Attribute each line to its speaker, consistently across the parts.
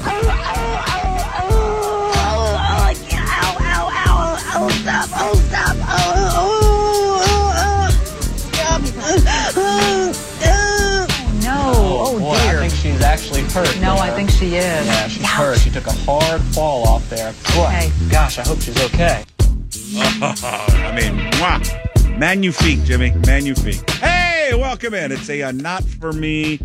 Speaker 1: ow, ow, ow, ow. Ow, ow, yeah, ow, ow, ow. Oh, stop, oh, stop. Oh, oh, oh, oh. Stop. Oh, oh.
Speaker 2: Oh,
Speaker 3: Oh,
Speaker 2: boy,
Speaker 3: dear.
Speaker 2: I think she's actually hurt.
Speaker 3: No,
Speaker 2: you
Speaker 3: I
Speaker 2: know?
Speaker 3: think she is.
Speaker 2: Yeah, she's hurt. She took a hard fall off there. Boy,
Speaker 3: Okay.
Speaker 2: gosh, I hope she's okay.
Speaker 4: Oh, I mean, mwah. Magnifique, Jimmy. Magnifique. Hey, welcome in. It's a uh, Not For Me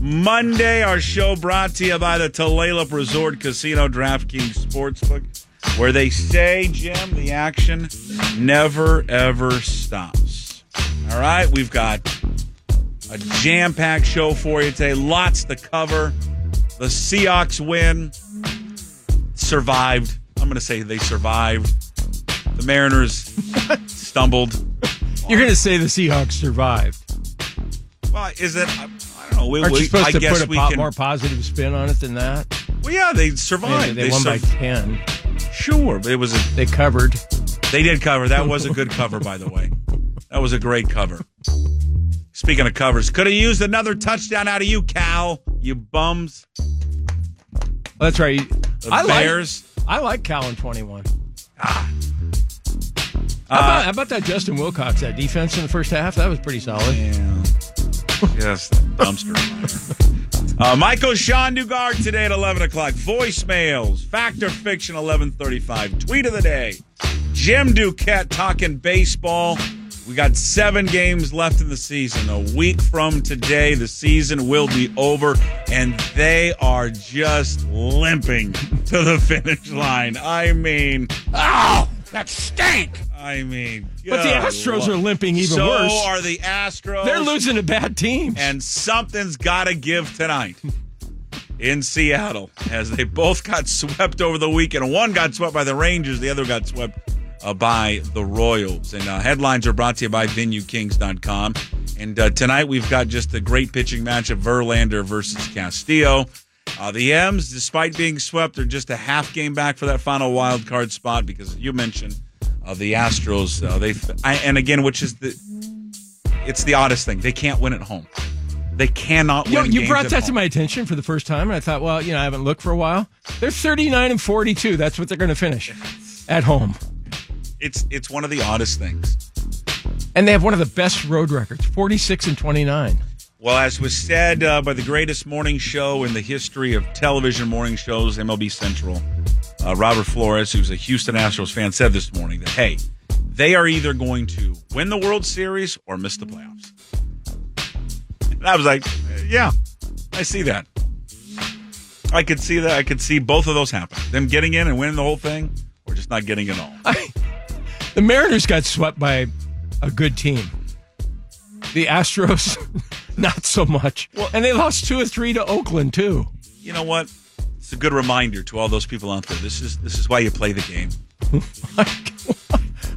Speaker 4: Monday. Our show brought to you by the Tulalip Resort Casino DraftKings Sportsbook, where they say, Jim, the action never, ever stops. All right, we've got a jam packed show for you today. Lots to cover. The Seahawks win. Survived. I'm going to say they survived. The Mariners stumbled.
Speaker 5: You're going to say the Seahawks survived.
Speaker 4: Well, is it? I, I don't know. We,
Speaker 5: Aren't
Speaker 4: we-
Speaker 5: you
Speaker 4: I
Speaker 5: supposed to
Speaker 4: guess
Speaker 5: put a
Speaker 4: we
Speaker 5: po-
Speaker 4: can.
Speaker 5: more positive spin on it than that?
Speaker 4: well, yeah, they
Speaker 5: I mean,
Speaker 4: survived.
Speaker 5: they, won by
Speaker 4: sur-
Speaker 5: 10.
Speaker 4: sure. but It was. A,
Speaker 5: They covered.
Speaker 4: they did cover. That was a good cover, by the way. That was a great cover. Speaking of covers, could have used another touchdown out of you, Cal. You bums.
Speaker 5: Well, that's right.
Speaker 4: The
Speaker 5: I
Speaker 4: Bears. Ah.
Speaker 5: like I like Cowan 21. How,
Speaker 4: Uh,
Speaker 5: about, how about that Justin Wilcox? That defense in the first half that was pretty solid.
Speaker 4: Yeah. yes, that dumpster fire. Uh, Michael Sean Dugard today at 11 o'clock. Voicemails, fact or fiction, 1135. Tweet of the day. Jim Duquette talking baseball. We got seven games left in the season. A week from today, the season will be over, and they are just limping to the finish line. I mean,
Speaker 5: Oh, that stank!
Speaker 4: I mean,
Speaker 5: But the
Speaker 4: good
Speaker 5: Astros
Speaker 4: Lord.
Speaker 5: are limping even
Speaker 4: so
Speaker 5: worse.
Speaker 4: are the Astros
Speaker 5: They're losing to bad teams.
Speaker 4: and something's got to give tonight in Seattle as they both got swept over the weekend. One got swept by the Rangers, the other got swept uh, by the Royals. And uh, headlines are brought to you by VenueKings.com. And uh, tonight we've got just a great pitching match of Verlander versus Castillo. Uh, the M's, despite being swept, are just a half game back for that final wild card spot because you mentioned uh, the Astros. Uh, they I, and again, which is the it's the oddest thing. They can't win at home. They cannot
Speaker 5: You, know,
Speaker 4: win.
Speaker 5: you
Speaker 4: games
Speaker 5: brought
Speaker 4: at
Speaker 5: that to
Speaker 4: home.
Speaker 5: my attention for the first time, and I thought, well, you know, I haven't looked for a while. They're 39 and 42. That's what they're going to finish at home.
Speaker 4: It's it's one of the oddest things.
Speaker 5: And they have one of the best road records 46 and 29.
Speaker 4: Well, as was said uh, by the greatest morning show in the history of television morning shows, MLB Central, uh, Robert Flores, who's a Houston Astros fan, said this morning that hey, they are either going to win the World Series or miss the playoffs. And I was like, uh, yeah, I see that. I could see that. I could see both of those happen: them getting in and winning the whole thing, or just not getting in at all.
Speaker 5: The Mariners got swept by a good team. The Astros, not so much.
Speaker 4: Well-
Speaker 5: and they lost two or three to Oakland, too.
Speaker 4: you know what? It's a good reminder to all those people out there. This is this is why you play the game.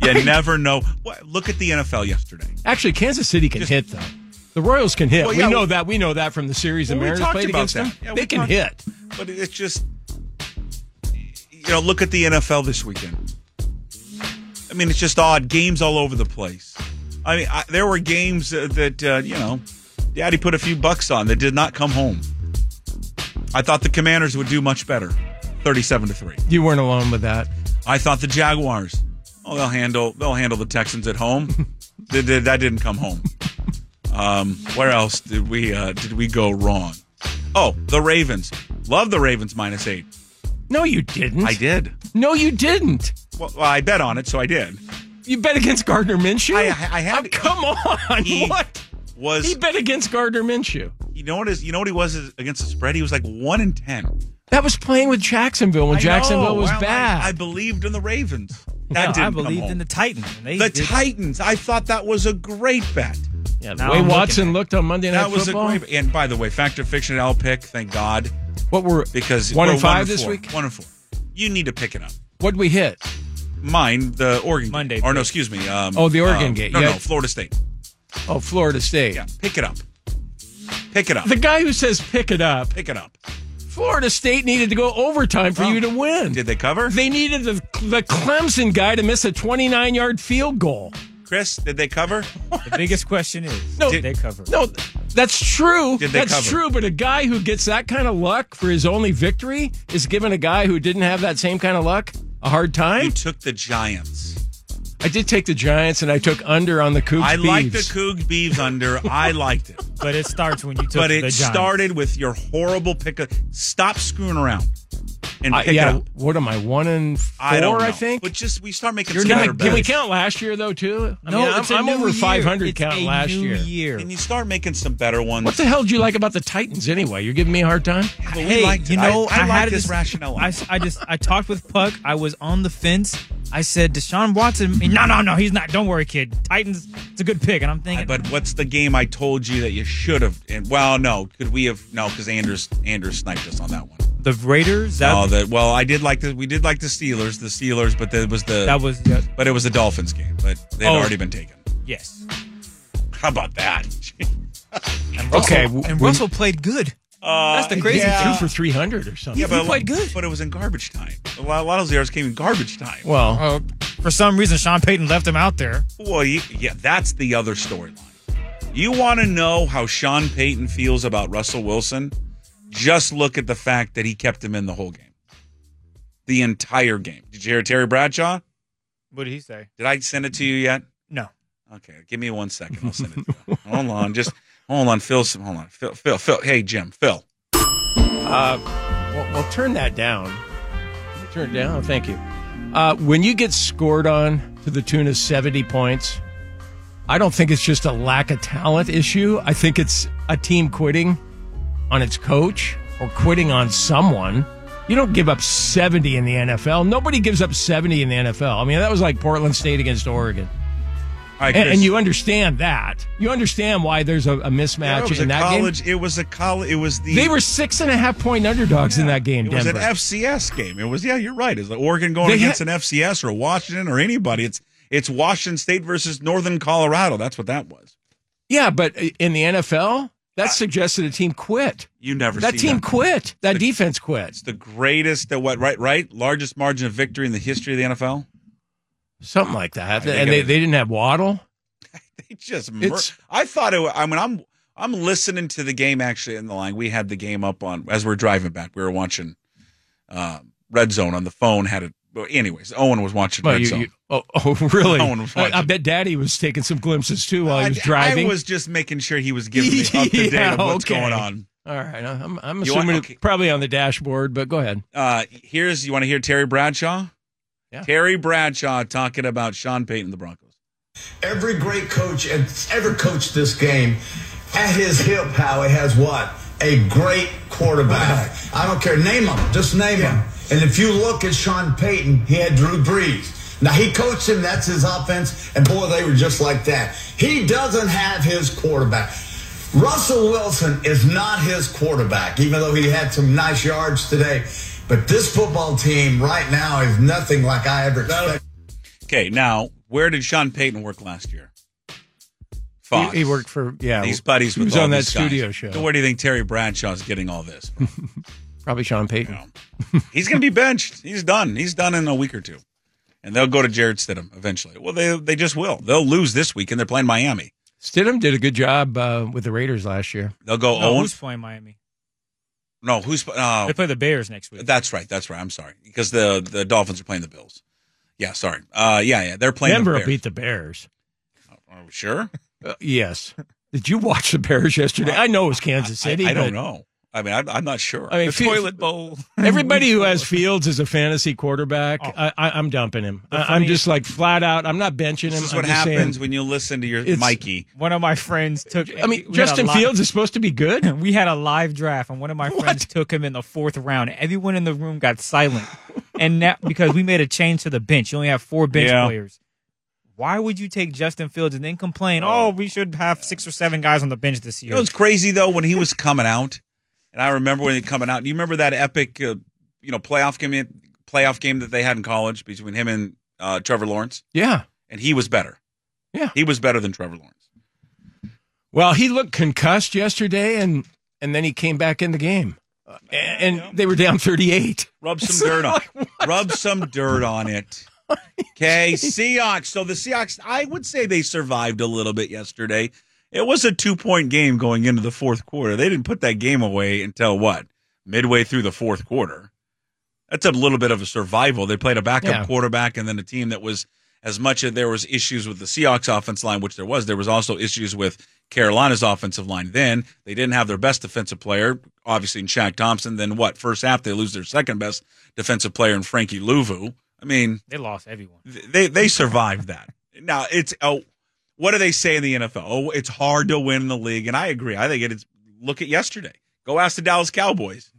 Speaker 4: You never know. Wha- Look at the NFL yesterday.
Speaker 5: Actually, Kansas City can hit, though. The Royals can hit.
Speaker 4: Well, yeah,
Speaker 5: we know
Speaker 4: well-
Speaker 5: that. We know that from the series
Speaker 4: Well,
Speaker 5: the
Speaker 4: we
Speaker 5: Mariners
Speaker 4: talked
Speaker 5: played
Speaker 4: about
Speaker 5: against
Speaker 4: that.
Speaker 5: them.
Speaker 4: Yeah, we
Speaker 5: they can
Speaker 4: talked-
Speaker 5: hit.
Speaker 4: But it's just you know, look at the NFL this weekend. I mean, it's just odd. Games all over the place. I mean, I, there were games uh, that uh, you know, Daddy put a few bucks on that did not come home. I thought the Commanders would do much better, thirty-seven to three.
Speaker 5: You weren't alone with that.
Speaker 4: I thought the Jaguars. Oh, they'll handle they'll handle the Texans at home. Th- th- that didn't come home. Um, where else did we uh, did we go wrong? Oh, the Ravens. Love the Ravens minus eight.
Speaker 5: No, you didn't.
Speaker 4: I did.
Speaker 5: No, you didn't.
Speaker 4: Well, well, I bet on it, so I did.
Speaker 5: You bet against Gardner Minshew?
Speaker 4: I- I- I had-
Speaker 5: Oh, come on.
Speaker 4: He-
Speaker 5: what?
Speaker 4: Was
Speaker 5: He bet against Gardner Minshew.
Speaker 4: you know what is you know what he was is- against the spread? He was like one in ten.
Speaker 5: That was playing with Jacksonville when
Speaker 4: I
Speaker 5: Jacksonville
Speaker 4: know.
Speaker 5: was
Speaker 4: Well, I-
Speaker 5: bad.
Speaker 4: I, believed in the Ravens. That didn't
Speaker 6: I
Speaker 4: come
Speaker 6: believed
Speaker 4: home.
Speaker 6: in the Titans. and They
Speaker 4: the
Speaker 6: did-
Speaker 4: Titans. I thought that was a great bet.
Speaker 5: Yeah, the
Speaker 4: Now
Speaker 5: way
Speaker 4: I'm looking
Speaker 5: Watson looked on Monday Night
Speaker 4: That was
Speaker 5: Football.
Speaker 4: a great. And by the way, fact or fiction, I'll pick. Thank God,
Speaker 5: what were
Speaker 4: because
Speaker 5: one
Speaker 4: we're
Speaker 5: and five
Speaker 4: and
Speaker 5: this
Speaker 4: four.
Speaker 5: week?
Speaker 4: One and four. You need to pick it up.
Speaker 5: What'd we hit?
Speaker 4: Mine, the Oregon game.
Speaker 3: Monday
Speaker 4: Or no,
Speaker 3: pick.
Speaker 4: excuse me. Um,
Speaker 5: Oh, the Oregon
Speaker 4: um,
Speaker 5: game.
Speaker 4: No,
Speaker 5: Yeah.
Speaker 4: no, Florida State.
Speaker 5: Oh, Florida State.
Speaker 4: Yeah, pick it up. Pick it up.
Speaker 5: The guy who says pick it up.
Speaker 4: pick it up.
Speaker 5: Florida State needed to go overtime for
Speaker 4: Oh.
Speaker 5: you to win.
Speaker 4: Did they cover?
Speaker 5: They needed the the Clemson guy to miss a 29 yard field goal.
Speaker 4: Chris, did they cover?
Speaker 3: The biggest question is,
Speaker 5: No.
Speaker 3: did they cover?
Speaker 5: No, that's true.
Speaker 4: Did they
Speaker 5: that's
Speaker 4: cover?
Speaker 5: true. But a guy who gets that kind of luck for his only victory is giving a guy who didn't have that same kind of luck a hard time.
Speaker 4: You took the Giants.
Speaker 5: I did take the Giants and I took under on the Cougs.
Speaker 4: I like the
Speaker 5: Beavs.
Speaker 4: Coug Beavs under. I liked it.
Speaker 3: But it starts when you took
Speaker 4: But
Speaker 3: the
Speaker 4: it
Speaker 3: Giants.
Speaker 4: started with your horrible pick. Up. Stop screwing around and
Speaker 5: I,
Speaker 4: pick it
Speaker 5: yeah,
Speaker 4: up.
Speaker 5: what am I one and four?
Speaker 4: I don't know.
Speaker 5: think.
Speaker 4: But just we start making
Speaker 5: You're
Speaker 4: scatter
Speaker 5: not, can we
Speaker 4: bets.
Speaker 5: count last year though too? I
Speaker 3: No,
Speaker 5: mean, I'm,
Speaker 3: it's a
Speaker 5: I'm
Speaker 3: new
Speaker 5: over
Speaker 3: year.
Speaker 5: 500
Speaker 3: It's
Speaker 5: count
Speaker 3: a
Speaker 5: last
Speaker 3: new
Speaker 5: year.
Speaker 3: year.
Speaker 4: And you start making some better ones.
Speaker 5: What the hell do you like about the Titans anyway? You're giving me a hard time.
Speaker 4: But we
Speaker 3: Hey,
Speaker 4: liked it.
Speaker 3: you know,
Speaker 4: I, I,
Speaker 3: had
Speaker 4: like
Speaker 3: a
Speaker 4: this
Speaker 3: dis-
Speaker 4: rationale.
Speaker 3: I, I just I talked with Puck. I was on the fence. I said Deshaun Watson. No, no, no, he's not. Don't worry, kid. Titans. It's a good pick. And I'm thinking,
Speaker 4: But what's the game I told you that you should have? And well, no, could we have? No, because Anders Anders sniped us on that one.
Speaker 3: the Raiders. That,
Speaker 4: Oh, that well, I did like the we did like the Steelers, the Steelers, but that was the
Speaker 3: that was yeah,
Speaker 4: but it was the Dolphins game, but they'd
Speaker 3: Oh.
Speaker 4: already been taken.
Speaker 3: yes.
Speaker 4: How about that?
Speaker 5: Okay, w-
Speaker 3: And
Speaker 5: we-
Speaker 3: Russell played good. That's the crazy
Speaker 5: Yeah.
Speaker 3: thing.
Speaker 5: two for 300 or something.
Speaker 4: Uh, Yeah,
Speaker 3: he played good.
Speaker 4: But it was in garbage time. A lot, a lot of zeros came in garbage time. Well,
Speaker 5: Well,
Speaker 3: Uh, for some reason, Sean Payton left him out there.
Speaker 4: you, yeah, that's the other storyline. You want to know how Sean Payton feels about Russell Wilson? Just look at the fact that he kept him in the whole game, the entire game. Did you hear Terry Bradshaw?
Speaker 3: What did he say?
Speaker 4: Did I send it to you yet?
Speaker 3: No.
Speaker 4: Okay, give me one second. I'll send it. To you. hold on, just hold on. Phil, some- hold on. Phil, Phil, Phil. Hey, Jim, Phil.
Speaker 5: Well, well, turn that down. Turn it down. Thank you. Uh, when you get scored on to the tune of 70 points, I don't think it's just a lack of talent issue. I think it's a team quitting on its coach or quitting on someone. You don't give up 70 in the NFL. Nobody gives up 70 in the NFL. I mean, that was like Portland State against Oregon.
Speaker 4: All right,
Speaker 5: And,
Speaker 4: Chris.
Speaker 5: and you understand that. You understand why there's a, a
Speaker 4: Yeah,
Speaker 5: mismatch
Speaker 4: it was
Speaker 5: in
Speaker 4: a
Speaker 5: that
Speaker 4: college.
Speaker 5: game.
Speaker 4: It was a college. It was the.
Speaker 5: They were six and a half point underdogs in that game,
Speaker 4: It was
Speaker 5: Denver.
Speaker 4: an FCS game. It was yeah, you're right. Is Oregon going
Speaker 5: They
Speaker 4: against
Speaker 5: had-
Speaker 4: an FCS or Washington or anybody? It's it's Washington State versus Northern Colorado. That's what that was.
Speaker 5: Yeah, but in the NFL, that suggested a team quit.
Speaker 4: You never
Speaker 5: That
Speaker 4: see
Speaker 5: team
Speaker 4: that.
Speaker 5: quit. That defense quit.
Speaker 4: It's the greatest that what right right largest margin of victory in the history of the NFL.
Speaker 5: Something like that.
Speaker 4: think
Speaker 5: And
Speaker 4: it
Speaker 5: they,
Speaker 4: was-
Speaker 5: they didn't have Waddle.
Speaker 4: They just mur-
Speaker 5: It's-
Speaker 4: I thought it. wa- I mean, I'm I'm listening to the game actually in the line. We had the game up on as we are driving back. We were watching uh, Red Zone on the phone. Had it. well, Anyways, Owen was watching
Speaker 5: Well,
Speaker 4: Red
Speaker 5: you,
Speaker 4: Zone.
Speaker 5: you- oh, oh, really?
Speaker 4: No one was
Speaker 5: I, I
Speaker 4: watching.
Speaker 5: bet Daddy was taking some glimpses too while he was
Speaker 4: I-
Speaker 5: driving.
Speaker 4: I was just making sure he was giving me up to date of
Speaker 5: Yeah,
Speaker 4: what's
Speaker 5: okay.
Speaker 4: going on.
Speaker 5: All right. I'm, I'm
Speaker 4: You want-
Speaker 5: assuming
Speaker 4: okay.
Speaker 5: it probably on the dashboard, but go ahead.
Speaker 4: Uh, here's you want to hear Terry Bradshaw?
Speaker 5: Yeah.
Speaker 4: Terry Bradshaw talking about Sean Payton and the Broncos.
Speaker 6: Every great coach that's ever coached this game, at his hip, Howie has what? A great quarterback. I don't care. Name him. Just name him. And if you look at Sean Payton, he had Drew Brees. Now he coached him. That's his offense. And boy, they were just like that. He doesn't have his quarterback. Russell Wilson is not his quarterback, even though he had some nice yards today. But this football team right now is nothing like I ever expected.
Speaker 4: Okay, now where did Sean Payton work last year? Fox.
Speaker 5: He, he worked for, yeah.
Speaker 4: He's buddies
Speaker 5: he
Speaker 4: with
Speaker 5: was
Speaker 4: all
Speaker 5: on that
Speaker 4: these guys.
Speaker 5: studio show.
Speaker 4: So where do you think Terry Bradshaw's getting all this? from?
Speaker 5: Probably Sean Payton.
Speaker 4: He's going to be benched. He's done. He's done in a week or two, and they'll go to Jared Stidham eventually. Well, they they just will. They'll lose this week, and they're playing Miami.
Speaker 5: Stidham did a good job uh, with the Raiders last year.
Speaker 4: They'll go
Speaker 3: No,
Speaker 4: Owen.
Speaker 3: who's playing Miami?
Speaker 4: No, who's uh,
Speaker 3: They play the Bears next week.
Speaker 4: That's right. That's right. I'm sorry because the the Dolphins are playing the Bills. Yeah, sorry. Uh, yeah, yeah, they're playing.
Speaker 5: Denver
Speaker 4: the Bears.
Speaker 5: beat the Bears.
Speaker 4: Are we sure?
Speaker 5: Uh, yes. Did you watch the Bears yesterday? I know it was Kansas
Speaker 4: I,
Speaker 5: City.
Speaker 4: I
Speaker 5: but-
Speaker 4: don't know. I mean, I'm, I'm not sure.
Speaker 5: I mean,
Speaker 3: the
Speaker 5: fe-
Speaker 3: toilet bowl.
Speaker 5: Everybody who has Fields as a fantasy quarterback, I, I, I'm dumping him. I, I'm just like flat out. I'm not benching him.
Speaker 4: this is
Speaker 5: I'm
Speaker 4: what
Speaker 5: just saying-
Speaker 4: happens when you listen to your
Speaker 5: It's-
Speaker 4: Mikey.
Speaker 3: One of my friends took.
Speaker 5: I
Speaker 3: we
Speaker 5: mean,
Speaker 3: had a
Speaker 5: Justin
Speaker 3: li-
Speaker 5: Fields is supposed to be good.
Speaker 3: We had a live draft, and one of my friends took him in the fourth round. Everyone in the room got silent, and now because we made a change to the bench, you only have four bench
Speaker 4: Yeah.
Speaker 3: players. Why would you take Justin Fields and then complain? Oh, we should have six or seven guys on the bench this
Speaker 4: You
Speaker 3: year.
Speaker 4: know what's crazy though? When he was coming out, and I remember when he was coming out. Do you remember that epic, uh, you know, playoff game playoff game that they had in college between him and uh, Trevor Lawrence?
Speaker 5: Yeah.
Speaker 4: And he was better.
Speaker 5: Yeah.
Speaker 4: he was better than Trevor Lawrence.
Speaker 5: Well, he looked concussed yesterday, and and then he came back in the game, Uh, and, and they were down thirty-eight.
Speaker 4: Rub some dirt on. Rub some dirt on it. Okay, Seahawks. So the Seahawks, I would say they survived a little bit yesterday. It was a two point game going into the fourth quarter. They didn't put that game away until what? Midway through the fourth quarter. That's a little bit of a survival. They played a backup
Speaker 5: Yeah.
Speaker 4: quarterback and then a team that was as much as there was issues with the Seahawks offense line, which there was, there was also issues with Carolina's offensive line then. They didn't have their best defensive player, obviously in Shaq Thompson. Then what? First half they lose their second best defensive player in Frankie Louvu. I mean,
Speaker 3: they lost everyone.
Speaker 4: they they survived that. Now it's oh, what do they say in the NFL? Oh, it's hard to win the league, and I agree. I think it is. Look at yesterday. Go ask the Dallas Cowboys.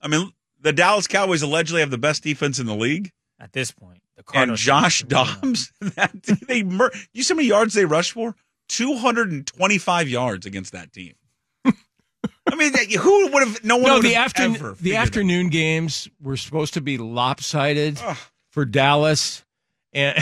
Speaker 4: I mean, the Dallas Cowboys allegedly have the best defense in the league,
Speaker 3: At this point, the
Speaker 4: and
Speaker 3: Cardinals
Speaker 4: Josh
Speaker 3: oh.
Speaker 4: Dobbs. That they mur- you see how many yards they rushed for? Two hundred and twenty-five yards against that team. I mean, that- who would have? No one.
Speaker 5: No,
Speaker 4: would
Speaker 5: the
Speaker 4: have
Speaker 5: afternoon
Speaker 4: ever
Speaker 5: the
Speaker 4: figured that.
Speaker 5: afternoon games were supposed to be lopsided
Speaker 4: Ugh.
Speaker 5: for Dallas, and,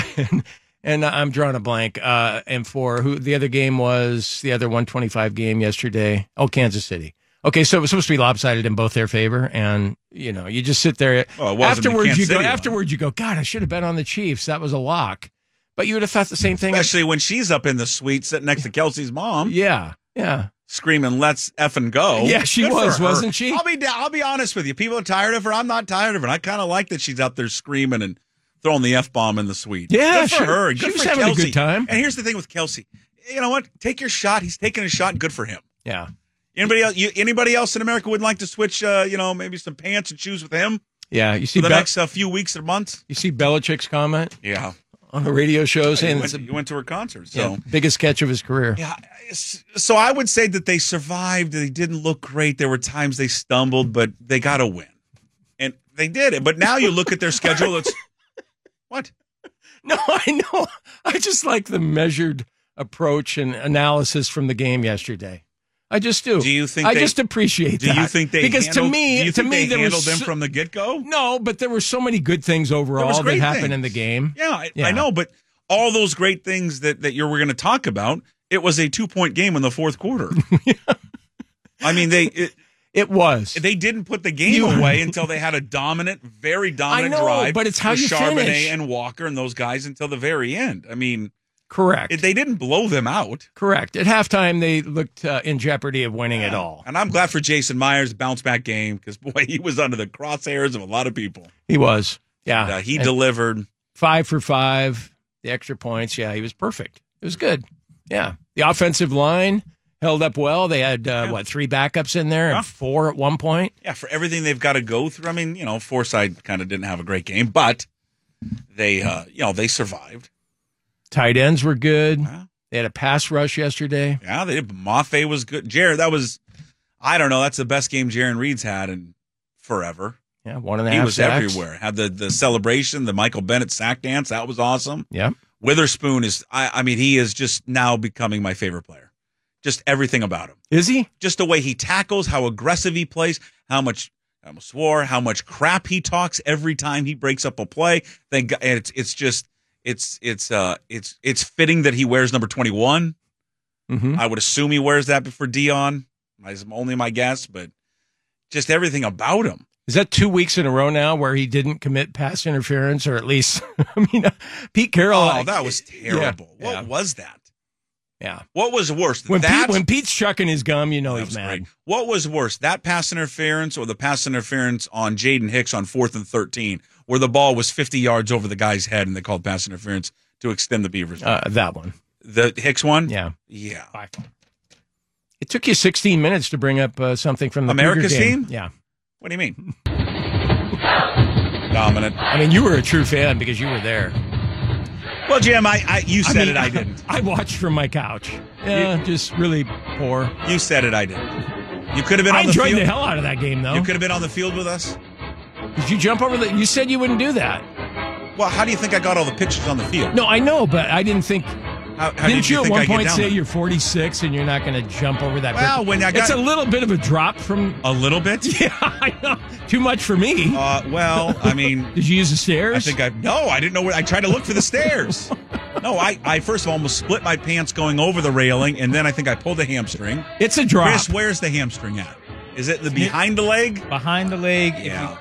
Speaker 5: and I'm drawing a blank. Uh, and for who the other game was the other 125 game yesterday? Oh, Kansas City. Okay, so it was supposed to be lopsided in both their favor, and you know you just sit there.
Speaker 4: Well, it wasn't the
Speaker 5: afterwards,
Speaker 4: Kansas
Speaker 5: you go.
Speaker 4: City one.
Speaker 5: Afterwards, you go. God, I should have bet on the Chiefs. That was a lock. But you would have thought the same thing.
Speaker 4: Especially when she's up in the suite sitting next to Kelsey's mom.
Speaker 5: yeah, yeah.
Speaker 4: screaming "Let's effing go!"
Speaker 5: Yeah, she
Speaker 4: for
Speaker 5: was,
Speaker 4: her.
Speaker 5: wasn't she?
Speaker 4: I'll be da- I'll be honest with you. People are tired of her. I'm not tired of her. And I kind of like that she's out there screaming and throwing the f bomb in the suite.
Speaker 5: Yeah,
Speaker 4: good for
Speaker 5: she-
Speaker 4: her.
Speaker 5: she
Speaker 4: Good
Speaker 5: was
Speaker 4: for
Speaker 5: having a good
Speaker 4: Kelsey.
Speaker 5: time.
Speaker 4: And here's the thing with Kelsey. You know what? Take your shot. He's taking a shot. Good for him.
Speaker 5: Yeah.
Speaker 4: Anybody else? You, anybody else in America would like to switch? Uh, you know, maybe some pants and shoes with him
Speaker 5: Yeah. You see
Speaker 4: for the
Speaker 5: Bel-
Speaker 4: next uh, few weeks or months.
Speaker 5: you see Belichick's comment
Speaker 4: Yeah,
Speaker 5: on the radio show saying
Speaker 4: you
Speaker 5: it's
Speaker 4: went,
Speaker 5: the
Speaker 4: you went to her concert, so.
Speaker 5: yeah, biggest catch of his career.
Speaker 4: Yeah. s- So I would say that they survived. They didn't look great. There were times they stumbled, but they got a win. And they did it. But now you look at their schedule, it's what?
Speaker 5: No, I know. I just like the measured approach and analysis from the game yesterday. I just do.
Speaker 4: Do you think
Speaker 5: I
Speaker 4: they-
Speaker 5: just appreciate
Speaker 4: Do
Speaker 5: that.
Speaker 4: you think they
Speaker 5: because
Speaker 4: handled,
Speaker 5: to me,
Speaker 4: do you
Speaker 5: to
Speaker 4: think
Speaker 5: me,
Speaker 4: they
Speaker 5: there was
Speaker 4: handled them
Speaker 5: so-
Speaker 4: from the get go?
Speaker 5: no, but there were so many good things overall that
Speaker 4: great
Speaker 5: happened
Speaker 4: things.
Speaker 5: in the game.
Speaker 4: Yeah, I,
Speaker 5: Yeah.
Speaker 4: I know, but all those great things that, that you were going to talk about, it was a two point game in the fourth quarter. I mean, they it,
Speaker 5: It was.
Speaker 4: they didn't put the game
Speaker 5: You-
Speaker 4: away until they had a dominant, very dominant
Speaker 5: know,
Speaker 4: drive.
Speaker 5: but it's how
Speaker 4: with
Speaker 5: you
Speaker 4: Charbonnet
Speaker 5: finish.
Speaker 4: and Walker and those guys until the very end. I mean,
Speaker 5: correct.
Speaker 4: it, they didn't blow them out.
Speaker 5: correct. At halftime, they looked uh, in jeopardy of winning it all.
Speaker 4: And I'm glad for Jason Myers' bounce back game because boy, he was under the crosshairs of a lot of people.
Speaker 5: He was. Yeah.
Speaker 4: Uh, he
Speaker 5: Ah, And
Speaker 4: delivered.
Speaker 5: five for five, the extra points. Yeah, he was perfect. It was good. Yeah. The offensive line held up well. They had, uh, what, three backups in there and
Speaker 4: Yeah.
Speaker 5: four at one point?
Speaker 4: Yeah, for everything they've got to go through. I mean, you know, Forsyth kind of didn't have a great game, but they, uh, you know, they survived.
Speaker 5: Tight ends were good.
Speaker 4: Yeah.
Speaker 5: They had a pass rush yesterday.
Speaker 4: Yeah, they Mafe was good. Jared, that was, I don't know, that's the best game Jaron Reed's had in forever.
Speaker 5: Yeah, one and a half
Speaker 4: He was
Speaker 5: sacks.
Speaker 4: everywhere. Had the the celebration, the Michael Bennett sack dance. That was awesome.
Speaker 5: Yep.
Speaker 4: Witherspoon is. I, I mean, he is just now becoming my favorite player. Just everything about him.
Speaker 5: Is he?
Speaker 4: Just the way he tackles, how aggressive he plays, how much I almost swore, how much crap he talks every time he breaks up a play. Thank God, and it's it's just it's it's uh it's it's fitting that he wears number twenty one.
Speaker 5: Mm-hmm.
Speaker 4: I would assume he wears that for Dion. That's only my guess, but just everything about him.
Speaker 5: Is that two weeks in a row now where he didn't commit pass interference, or at least, I mean, uh, Pete Carroll?
Speaker 4: Oh,
Speaker 5: I-
Speaker 4: that was
Speaker 5: yeah,
Speaker 4: terrible. What
Speaker 5: yeah,
Speaker 4: was that?
Speaker 5: yeah.
Speaker 4: What was worse?
Speaker 5: When,
Speaker 4: that,
Speaker 5: Pete, when Pete's chucking his gum, you know
Speaker 4: that
Speaker 5: he's
Speaker 4: was
Speaker 5: mad.
Speaker 4: great. What was worse, that pass interference or the pass interference on Jaden Hicks on fourth and thirteen, where the ball was fifty yards over the guy's head and they called pass interference to extend the Beavers. lead?
Speaker 5: Uh, that one.
Speaker 4: the Hicks one,
Speaker 5: Yeah.
Speaker 4: yeah.
Speaker 5: It took you 16 minutes to bring up uh, something from the Cougar
Speaker 4: America's
Speaker 5: game.
Speaker 4: team?
Speaker 5: Yeah.
Speaker 4: What do you mean? Dominant.
Speaker 5: I mean, you were a true fan because you were there.
Speaker 4: Well, Jim, I, I you said it, I didn't.
Speaker 5: I watched from my couch. Yeah, just really poor.
Speaker 4: You said it, I didn't. You could have been on
Speaker 5: I
Speaker 4: the
Speaker 5: enjoyed
Speaker 4: field.
Speaker 5: the hell out of that game, though.
Speaker 4: You could have been on the field with us.
Speaker 5: Did you jump over the? You said you wouldn't do that.
Speaker 4: Well, how do you think I got all the pictures on the field?
Speaker 5: No, I know, but I didn't think.
Speaker 4: How, how
Speaker 5: didn't
Speaker 4: did you,
Speaker 5: you, at
Speaker 4: think
Speaker 5: one
Speaker 4: I get
Speaker 5: point
Speaker 4: down
Speaker 5: say
Speaker 4: there?
Speaker 5: you're 46 and you're not going to jump over that?
Speaker 4: Well,
Speaker 5: brick?
Speaker 4: when I got-
Speaker 5: it's a little bit of a drop from.
Speaker 4: a little bit?
Speaker 5: Yeah, I know. Too much for me.
Speaker 4: Uh, well, I mean,
Speaker 5: Did you use the stairs?
Speaker 4: I think I no, I didn't know where. I tried to look for the stairs. No, I, I first of all almost split my pants going over the railing, and then I think I pulled the hamstring.
Speaker 5: it's a drop.
Speaker 4: Chris, where's the hamstring at? Is it the behind the leg?
Speaker 3: Behind the leg. if
Speaker 4: Yeah.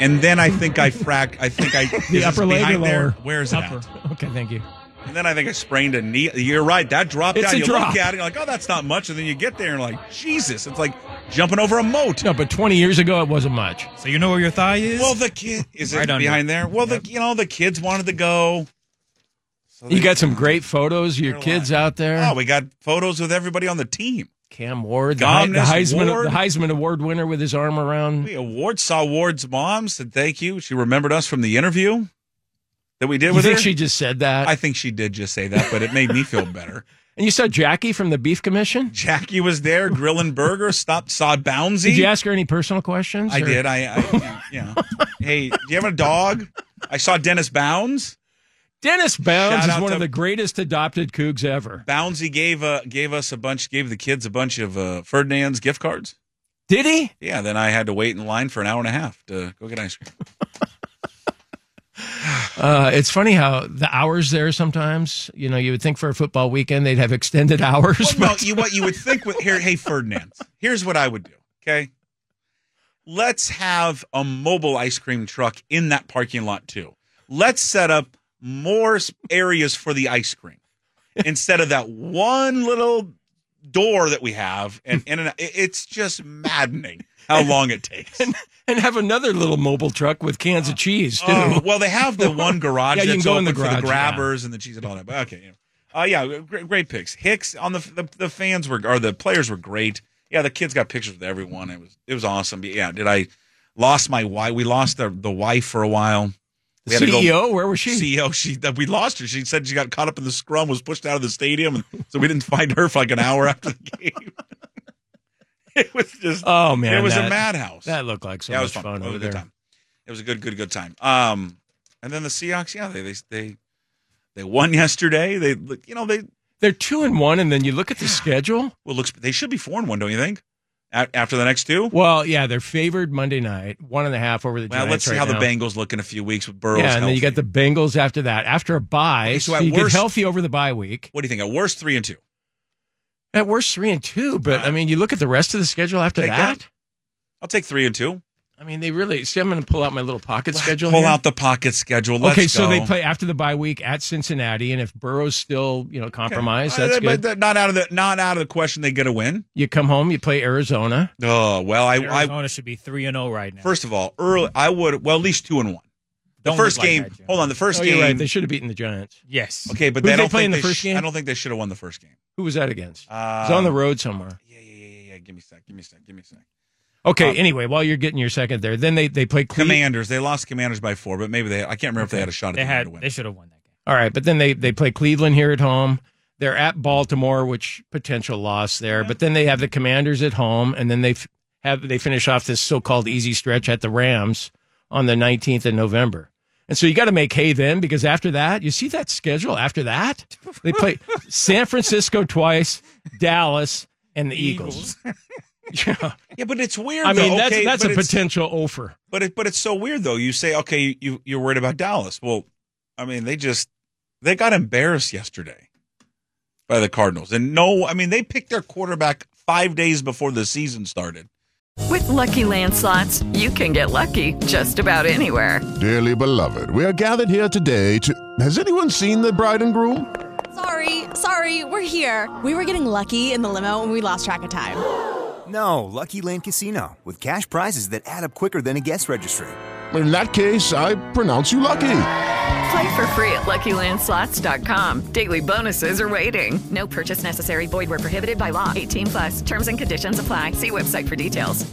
Speaker 4: And then I think I frack. I think I
Speaker 5: The
Speaker 4: is it
Speaker 5: upper leg or
Speaker 4: behind there?
Speaker 5: lower?
Speaker 4: Where's
Speaker 3: you-
Speaker 4: that?
Speaker 3: Upper.
Speaker 5: Okay, thank you.
Speaker 4: And then I think I sprained a knee. You're right. That dropped
Speaker 5: It's
Speaker 4: down.
Speaker 5: a
Speaker 4: you
Speaker 5: drop.
Speaker 4: look at it, you're like, oh, that's not much. And then you get there and you're like, Jesus, it's like jumping over a moat.
Speaker 5: No, but 20 years ago, it wasn't much.
Speaker 3: So you know where your thigh is?
Speaker 4: Well, the kid is it
Speaker 3: Right under.
Speaker 4: behind there. Well, the you know the kids wanted to go. So
Speaker 5: You
Speaker 4: they-
Speaker 5: got some great photos of your
Speaker 4: They're
Speaker 5: kids
Speaker 4: lying.
Speaker 5: out there.
Speaker 4: Oh, we got photos with everybody on the team.
Speaker 5: Cam Ward, the, Hei- the
Speaker 4: Gomez,
Speaker 5: Heisman,
Speaker 4: Ward.
Speaker 5: the Heisman Award winner with his arm around.
Speaker 4: We award saw Ward's mom said thank you. She remembered us from the interview that we did
Speaker 5: You
Speaker 4: with
Speaker 5: think
Speaker 4: her.
Speaker 5: she just said that?
Speaker 4: I think she did just say that, but it made me feel better.
Speaker 5: and you saw Jackie from the Beef Commission?
Speaker 4: Jackie was there grilling burgers. Stopped saw Bouncy.
Speaker 5: Did you ask her any personal questions?
Speaker 4: I
Speaker 5: or-
Speaker 4: did. I, I yeah. hey, do you have a dog? I saw Dennis Bounds.
Speaker 5: Dennis Bounds
Speaker 4: Shout
Speaker 5: is
Speaker 4: out
Speaker 5: one
Speaker 4: to-
Speaker 5: of the greatest adopted cougs ever.
Speaker 4: Bouncy gave uh, gave us a bunch, gave the kids a bunch of uh, Ferdinand's gift cards.
Speaker 5: Did he?
Speaker 4: Yeah, then I had to wait in line for an hour and a half to go get ice cream.
Speaker 5: Uh, it's funny how the hours there sometimes, you know, you would think for a football weekend they'd have extended hours.
Speaker 4: Well,
Speaker 5: but
Speaker 4: no, you what you would think with here. Hey, Ferdinand, here's what I would do. Okay, let's have a mobile ice cream truck in that parking lot too. Let's set up more s- areas for the ice cream instead of that one little door that we have. And and it- it's just maddening how long it takes.
Speaker 5: and have another little mobile truck with cans of cheese, too.
Speaker 4: Oh, well, they have the one garage
Speaker 5: Yeah, you
Speaker 4: that's
Speaker 5: can go in
Speaker 4: open
Speaker 5: the
Speaker 4: for the
Speaker 5: garage, yeah.
Speaker 4: grabbers and the cheese and all that. But okay, yeah. Uh, yeah, great, great picks. Hicks on the, the the fans were or the players were great. Yeah, the kids got pictures with everyone. It was it was awesome. But yeah, did I lost my wife? We lost the the wife for a while. We had to go-
Speaker 5: CEO, E where was she?
Speaker 4: CEO, she that we lost her. She said she got caught up in the scrum, was pushed out of the stadium, and so we didn't find her for like an hour after the game. it was just
Speaker 5: oh, man.
Speaker 4: it was
Speaker 5: that,
Speaker 4: a madhouse.
Speaker 5: That looked like so
Speaker 4: Yeah, it
Speaker 5: much
Speaker 4: was fun.
Speaker 5: fun
Speaker 4: It was
Speaker 5: over
Speaker 4: a good
Speaker 5: there.
Speaker 4: time. It was a good, good, good time. Um, and then the Seahawks, yeah, they they they, they won yesterday. They look- you know they
Speaker 5: They're two and one, and then you look at the schedule.
Speaker 4: well looks they should be four and one, don't you think? A- after the next two,
Speaker 5: Well, yeah, they're favored Monday night, one and a half over the
Speaker 4: well,
Speaker 5: Giants.
Speaker 4: let's see
Speaker 5: right
Speaker 4: how
Speaker 5: now.
Speaker 4: the Bengals look in a few weeks with
Speaker 5: Yeah,
Speaker 4: Burrows.
Speaker 5: and then you got
Speaker 4: healthy.
Speaker 5: the Bengals after that. After a bye,
Speaker 4: Okay, so
Speaker 5: so,
Speaker 4: at
Speaker 5: you
Speaker 4: worst-
Speaker 5: get healthy over the bye week.
Speaker 4: what do you think? At worst, three and two.
Speaker 5: At worst, three and two. But I mean, you look at the rest of the schedule after
Speaker 4: Take
Speaker 5: that.
Speaker 4: that. I'll take three and two.
Speaker 5: I mean, they really. See, I'm going to pull out my little pocket schedule.
Speaker 4: Pull
Speaker 5: here.
Speaker 4: out the pocket schedule. Let's
Speaker 5: Okay, so
Speaker 4: go.
Speaker 5: they play after the bye week at Cincinnati, and if Burrow's still, you know,
Speaker 4: Okay.
Speaker 5: compromised,
Speaker 4: Uh,
Speaker 5: that's
Speaker 4: but
Speaker 5: good.
Speaker 4: they're not out of the not out of the question. They get a win.
Speaker 5: You come home, you play Arizona.
Speaker 4: Oh well, I, I
Speaker 3: Arizona should be 3 and 0 right now.
Speaker 4: First of all, early I would well at least two and one. The
Speaker 3: Don't
Speaker 4: first
Speaker 3: look like
Speaker 4: game.
Speaker 3: that, Jim.
Speaker 4: hold on, the first
Speaker 5: Oh,
Speaker 4: game.
Speaker 5: you're right. They should have beaten the Giants.
Speaker 3: yes.
Speaker 4: okay, but
Speaker 5: Who'd
Speaker 4: they
Speaker 5: they
Speaker 4: don't
Speaker 5: play
Speaker 4: think
Speaker 5: in the
Speaker 4: they
Speaker 5: first
Speaker 4: sh-
Speaker 5: game?
Speaker 4: I don't think they should have won the first game.
Speaker 5: Who was that against?
Speaker 4: Uh,
Speaker 5: It's on the road somewhere.
Speaker 4: Yeah, yeah, yeah, yeah, yeah. Give me a sec. Give me a sec. Give me a sec.
Speaker 5: Okay.
Speaker 4: um,
Speaker 5: anyway, while you're getting your second there, then they they play Cle-
Speaker 4: Commanders. They lost Commanders by four, but maybe they. I can't remember if they had a shot at
Speaker 3: They
Speaker 4: the
Speaker 3: had
Speaker 4: to win.
Speaker 3: they should have won that game.
Speaker 5: All right, but then they they play Cleveland here at home. They're at Baltimore, which potential loss there. But then they have the Commanders at home, and then they f- have they finish off this so-called easy stretch at the Rams on the 19th of November. And so you got to make hay then, because after that, you see that schedule. After that, they play San Francisco twice, Dallas, and the Eagles. yeah,
Speaker 4: yeah, but it's weird.
Speaker 5: I mean
Speaker 4: though.
Speaker 5: that's
Speaker 4: Okay,
Speaker 5: that's
Speaker 4: but
Speaker 5: a
Speaker 4: it's-
Speaker 5: potential offer.
Speaker 4: But it, but it's so weird though. You say okay, you you're worried about Dallas. Well, I mean they just they got embarrassed yesterday by the Cardinals, and no, I mean they picked their quarterback five days before the season started.
Speaker 7: With Lucky Land slots, you can get lucky just about anywhere.
Speaker 8: Dearly beloved, we are gathered here today to. Has anyone seen the bride and groom?
Speaker 9: Sorry, sorry, we're here. We were getting lucky in the limo and we lost track of time.
Speaker 10: No, Lucky Land Casino, with cash prizes that add up quicker than a guest registry.
Speaker 8: In that case, I pronounce you lucky.
Speaker 7: Play for free at LuckyLandSlots.com. Daily bonuses are waiting. No purchase necessary. Void were prohibited by law. 18 plus. Terms and conditions apply. See website for details.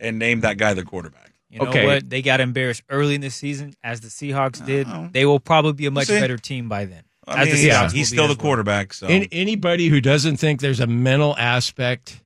Speaker 4: and name that guy the quarterback.
Speaker 3: You know
Speaker 5: Okay.
Speaker 3: what? They got embarrassed early in the season, as the Seahawks did. They will probably be a much
Speaker 4: Uh, um, See?
Speaker 3: better team by then.
Speaker 4: I
Speaker 3: as the
Speaker 4: mean,
Speaker 3: Seahawks
Speaker 5: yeah,
Speaker 3: will
Speaker 4: he's
Speaker 3: be
Speaker 4: still
Speaker 3: as
Speaker 4: the
Speaker 3: well.
Speaker 4: quarterback. So
Speaker 5: An anybody who doesn't think there's a mental aspect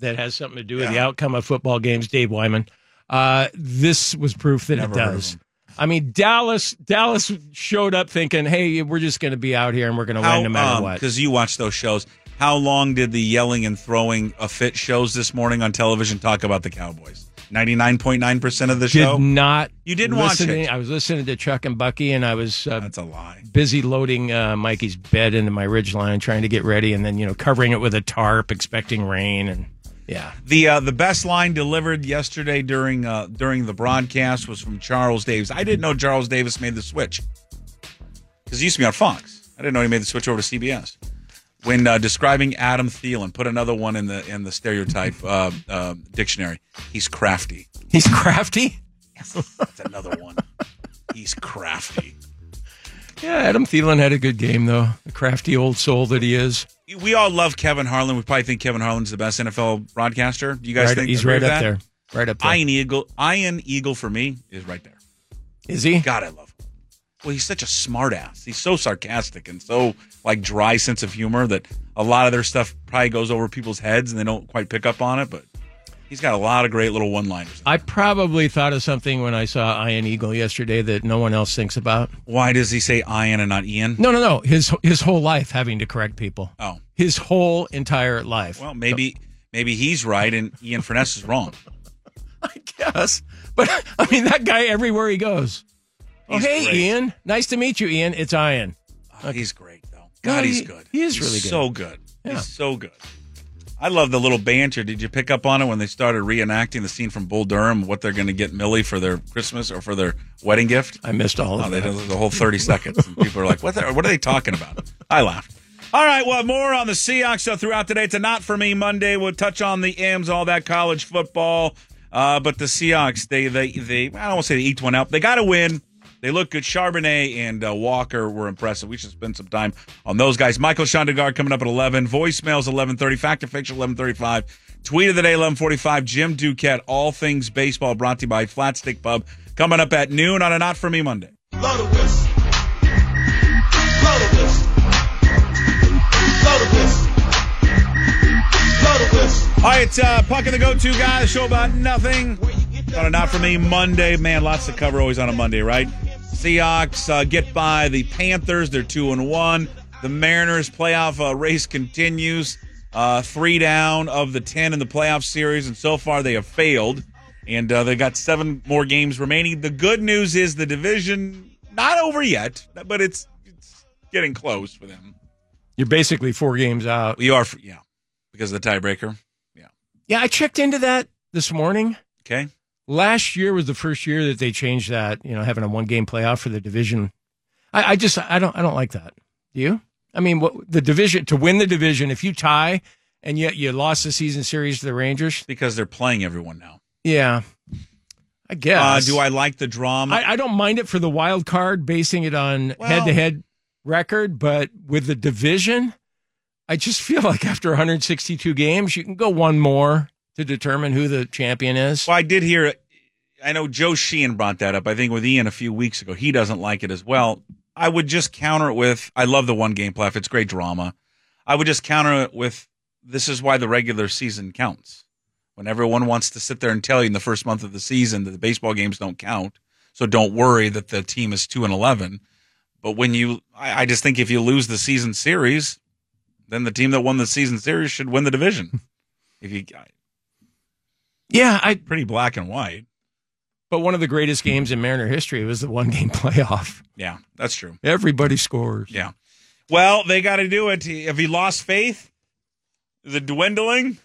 Speaker 5: that has something to do with the
Speaker 4: Yeah.
Speaker 5: outcome of football games, Dave Wyman, uh, this was proof that
Speaker 4: Never
Speaker 5: it
Speaker 4: heard of
Speaker 5: does.
Speaker 4: him.
Speaker 5: I mean, Dallas Dallas showed up thinking, "Hey, we're just going to be out here and we're going to win no
Speaker 8: um,
Speaker 5: matter what."
Speaker 4: Because um, you watch those shows. How long did the yelling and throwing a fit shows this morning on television talk about the Cowboys? Ninety nine point nine percent of the
Speaker 5: Did
Speaker 4: show.
Speaker 5: not.
Speaker 4: You didn't watch
Speaker 5: listening-
Speaker 4: it.
Speaker 5: I was listening to Chuck and Bucky, and I was. Uh, That's
Speaker 4: a lie.
Speaker 5: Busy loading uh, Mikey's bed into my ridge line, trying to get ready, and then you know covering it with a tarp, expecting rain, and yeah.
Speaker 4: The uh, the best line delivered yesterday during uh, during the broadcast was from Charles Davis. I didn't know Charles Davis made the switch because he used to be on Fox. I didn't know he made the switch over to CBS. When uh, describing Adam Thielen, put another one in the in the stereotype uh, uh, dictionary. He's crafty.
Speaker 5: He's crafty.
Speaker 4: That's another one. He's crafty.
Speaker 5: Yeah, Adam Thielen had a good game though. The crafty old soul that he is.
Speaker 4: We all love Kevin Harlan. We probably think Kevin Harlan's the best NFL broadcaster. Do you guys
Speaker 5: Right-
Speaker 4: think
Speaker 5: he's
Speaker 4: agree
Speaker 5: right
Speaker 4: with
Speaker 5: up
Speaker 4: that?
Speaker 5: there. Right up there.
Speaker 4: Ian Eagle. Ian Eagle for me is right there.
Speaker 5: Is he?
Speaker 4: God, I love him. Well, he's such a smart ass. He's so sarcastic and so like dry sense of humor that a lot of their stuff probably goes over people's heads and they don't quite pick up on it. But he's got a lot of great little one liners.
Speaker 5: I probably thought of something when I saw Ian Eagle yesterday that no one else thinks about.
Speaker 4: Why does he say Ian and not Ian?
Speaker 5: No, no, no. His his whole life having to correct people.
Speaker 4: Oh.
Speaker 5: His whole entire life.
Speaker 4: Well, maybe maybe he's right and Ian Furness is wrong.
Speaker 5: Yes. But I mean that guy everywhere he goes. Oh,
Speaker 4: He's
Speaker 5: hey
Speaker 4: great.
Speaker 5: Ian. Nice to meet you, Ian. It's Ian.
Speaker 4: He's great though. God,
Speaker 5: No,
Speaker 4: he's
Speaker 5: he-
Speaker 4: good.
Speaker 5: he is
Speaker 4: He's
Speaker 5: really good.
Speaker 4: So good.
Speaker 5: Yeah.
Speaker 4: He's so good. I love the little banter. Did you pick up on it when they started reenacting the scene from Bull Durham, what they're going to get Millie for their Christmas or for their wedding gift?
Speaker 5: I missed all of
Speaker 4: oh, they
Speaker 5: that.
Speaker 4: did The whole 30 seconds. And people are like, what, the, what are they talking about? I laughed. All right, well, more on the Seahawks so throughout today. It's a not for me Monday. We'll touch on the M's, all that college football. Uh, but the Seahawks, they, they, they, I don't want to say they eked one out. They got to win. They look good. Charbonnet and uh, Walker were impressive. We should spend some time on those guys. Michael Shandegar coming up at 11. Voicemails 11.30. Factor Fiction 11.35. Tweet of the day 11.45. Jim Duquette. All things baseball brought to you by Flatstick Pub. Coming up at noon on a Not For Me Monday.
Speaker 11: Blow the whistle. Blow the whistle. Blow the whistle. Blow the whistle.
Speaker 4: All right, it's uh, Puck and the Go-To Guy, the show about nothing. On a Not For Me Monday. Man, lots to cover always on a Monday, right? Seahawks uh, get by the Panthers. They're 2 and 1. The Mariners playoff uh, race continues. Uh, three down of the 10 in the playoff series, and so far they have failed. And uh, they got seven more games remaining. The good news is the division not over yet, but it's, it's getting close for them.
Speaker 5: You're basically four games out.
Speaker 4: You are, yeah, because of the tiebreaker.
Speaker 5: Yeah, I checked into that this morning.
Speaker 4: Okay.
Speaker 5: Last year was the first year that they changed that, you know, having a one game playoff for the division. I, I just I don't I don't like that. Do you? I mean, what the division to win the division, if you tie and yet you lost the season series to the Rangers,
Speaker 4: Because they're playing everyone now.
Speaker 5: yeah. I guess.
Speaker 4: Uh, do I like the drama?
Speaker 5: I, I don't mind it for the wild card, basing it on head to head record, but with the division, I just feel like after 162 games, you can go one more to determine who the champion is.
Speaker 4: Well, I did hear. I know Joe Sheehan brought that up. I think with Ian a few weeks ago, he doesn't like it as well. I would just counter it with, I love the one game playoff. It's great drama. I would just counter it with, this is why the regular season counts. When everyone wants to sit there and tell you in the first month of the season that the baseball games don't count, so don't worry that the team is two and eleven. But when you, I, I just think if you lose the season series, then the team that won the season series should win the division. if you,
Speaker 5: yeah, I
Speaker 4: pretty black and white.
Speaker 5: But one of the greatest games in Mariner history was the one game playoff.
Speaker 4: Yeah, that's true.
Speaker 5: Everybody scores.
Speaker 4: Yeah. Well, they got to do it. Have you lost faith? Is it dwindling?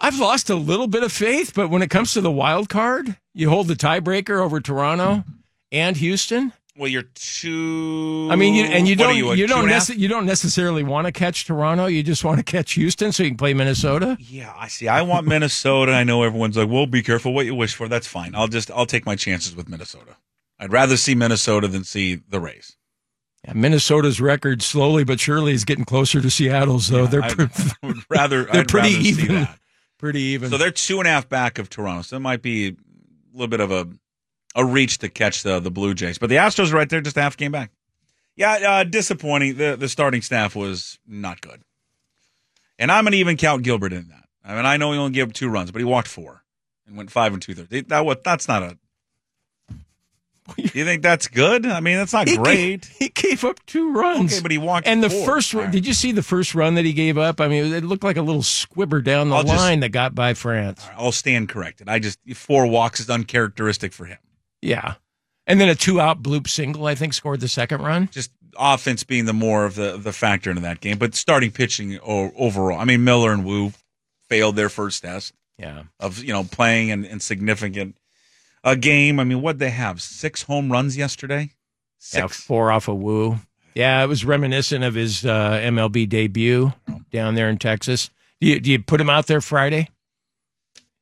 Speaker 5: I've lost a little bit of faith, but when it comes to the wild card, you hold the tiebreaker over Toronto and Houston.
Speaker 4: Well, you're two.
Speaker 5: I mean, you, and you
Speaker 4: what
Speaker 5: don't
Speaker 4: are
Speaker 5: you,
Speaker 4: a two
Speaker 5: don't
Speaker 4: and a half?
Speaker 5: nece- you don't necessarily want to catch Toronto. You just want to catch Houston so you can play Minnesota.
Speaker 4: Yeah, I see. I want Minnesota. I know everyone's like, "Well, be careful what you wish for." That's fine. I'll just I'll take my chances with Minnesota. I'd rather see Minnesota than see the Rays.
Speaker 5: Yeah, Minnesota's record slowly but surely is getting closer to Seattle's, though. they're
Speaker 4: I-
Speaker 5: pre-
Speaker 4: I would rather
Speaker 5: they're
Speaker 4: I'd
Speaker 5: pretty
Speaker 4: rather See
Speaker 5: even.
Speaker 4: that.
Speaker 5: Pretty even.
Speaker 4: So they're two and a half back of Toronto. So it might be a little bit of a a reach to catch the the Blue Jays, but the Astros are right there, just a half game back. Yeah, uh, disappointing. The the starting staff was not good, and I'm going to even count Gilbert in that. I mean, I know he only gave up two runs, but he walked four and went five and two thirds. That what that's not a You think that's good? I mean, that's not
Speaker 5: He gave-
Speaker 4: great.
Speaker 5: he gave up two runs.
Speaker 4: Okay, but he walked.
Speaker 5: And the
Speaker 4: four.
Speaker 5: first
Speaker 4: All
Speaker 5: run,
Speaker 4: right.
Speaker 5: did you see the first run that he gave up? I mean, it looked like a little squibber down the
Speaker 4: I'll just-
Speaker 5: line that got by France.
Speaker 4: I'll stand corrected. I just four walks is uncharacteristic for him.
Speaker 5: Yeah. And then a two out bloop single, I think, scored the second run.
Speaker 4: Just Offense being the more of the the factor into that game, but starting pitching o- overall. I mean, Miller and Wu failed their first test.
Speaker 5: Yeah.
Speaker 4: Of you know playing an insignificant a game. I mean, what they have six home runs yesterday.
Speaker 5: Yeah,
Speaker 4: Six.
Speaker 5: four off a woo. Yeah, it was reminiscent of his uh, MLB debut down there in Texas. Do you, do you put him out there Friday?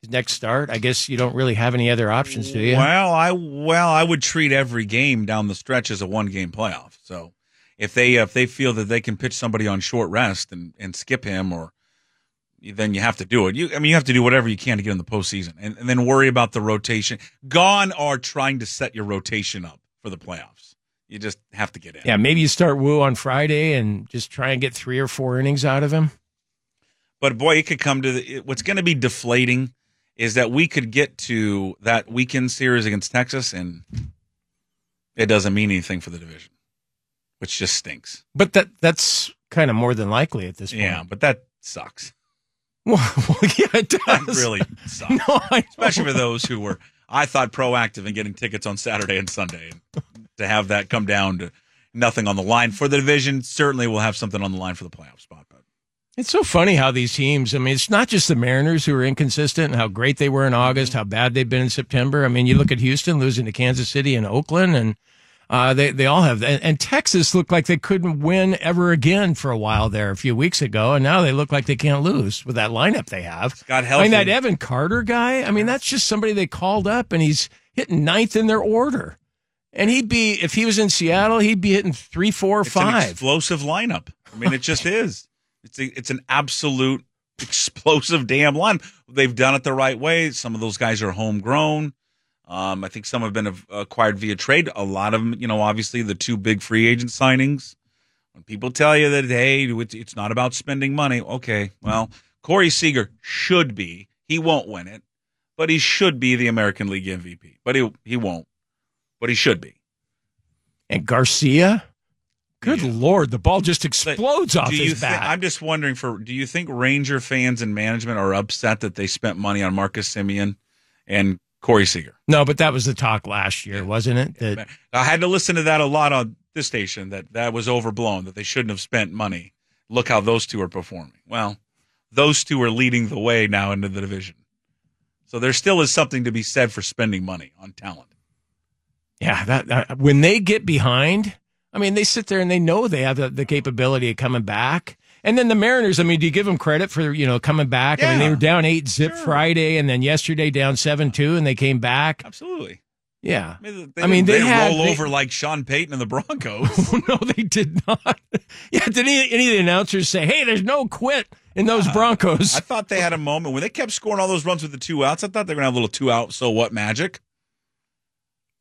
Speaker 5: His next start? I guess you don't really have any other options, do you?
Speaker 4: Well, I well I would treat every game down the stretch as a one game playoff. So if they if they feel that they can pitch somebody on short rest and and skip him or then you have to do it. You, I mean, you have to do whatever you can to get in the postseason, and, and then worry about the rotation. Gone are trying to set your rotation up for the playoffs. You just have to get in.
Speaker 5: Yeah, maybe you start Woo on Friday and just try and get three or four innings out of him.
Speaker 4: But boy, it could come to the, it- what's going to be deflating is that we could get to that weekend series against Texas, and it doesn't mean anything for the division, which just stinks.
Speaker 5: But that that's kind of more than likely at this point.
Speaker 4: Yeah, but that sucks.
Speaker 5: Well, yeah, it does.
Speaker 4: That really sucks.
Speaker 5: No, I know.
Speaker 4: Especially for those who were, I thought, proactive in getting tickets on Saturday and Sunday. And to have that come down to nothing on the line for the division, certainly we'll have something on the line for the playoff spot.
Speaker 5: It's so funny how these teams, I mean, it's not just the Mariners who are inconsistent and how great they were
Speaker 4: Mm-hmm.
Speaker 5: in August, how bad they've been in September. I mean, you look at Houston losing to Kansas City and Oakland, and uh, they, they all have that. And, and Texas looked like they couldn't win ever again for a while there a few weeks ago, and now they look like they can't lose with that lineup they have.
Speaker 4: Got
Speaker 5: I
Speaker 4: healthy.
Speaker 5: mean, that Evan Carter guy, I mean, that's just somebody they called up, and he's hitting ninth in their order. And he'd be, if he was in Seattle, he'd be hitting three, four,
Speaker 4: It's an
Speaker 5: five.
Speaker 4: explosive lineup. I mean, it just is. It's a, it's an absolute explosive damn line. They've done it the right way. Some of those guys are homegrown. Um, I think some have been av- acquired via trade. A lot of them, you know, obviously the two big free agent signings. When people tell you that hey, it's it's not about spending money, okay, well, Corey Seager should be. He won't win it, but he should be the American League MVP. But he he won't. But he should be.
Speaker 5: and Garcia. Good lord, the ball just explodes off
Speaker 4: Do you
Speaker 5: his
Speaker 4: thi-
Speaker 5: bat.
Speaker 4: I'm just wondering for do you think Ranger fans and management are upset that they spent money on Marcus Simeon and Corey Seager?
Speaker 5: no, but that was the talk last year, wasn't it? That
Speaker 4: I had to listen to that a lot on this station that that was overblown that they shouldn't have spent money. Look how those two are performing. Well, those two are leading the way now into the division. So there still is something to be said for spending money on talent.
Speaker 5: yeah, that, that- when they get behind, I mean, they sit there and they know they have the, the capability of coming back. And then the Mariners, I mean, do you give them credit for you know coming back? I mean, they
Speaker 4: Yeah.
Speaker 5: were down eight zip Friday, and then yesterday down seven two, and they came back.
Speaker 4: Absolutely.
Speaker 5: Yeah,
Speaker 4: I mean,
Speaker 5: I mean,
Speaker 4: they,
Speaker 5: they
Speaker 4: didn't
Speaker 5: had-
Speaker 4: roll
Speaker 5: they- Oh,
Speaker 4: over like Sean Payton and the Broncos.
Speaker 5: no, they did not. Yeah, did any, any of the announcers say, "Hey, there's no quit in those Broncos"?
Speaker 4: I thought they had a moment when they kept scoring all those runs with the two outs. I thought they were gonna have a little two out so what magic.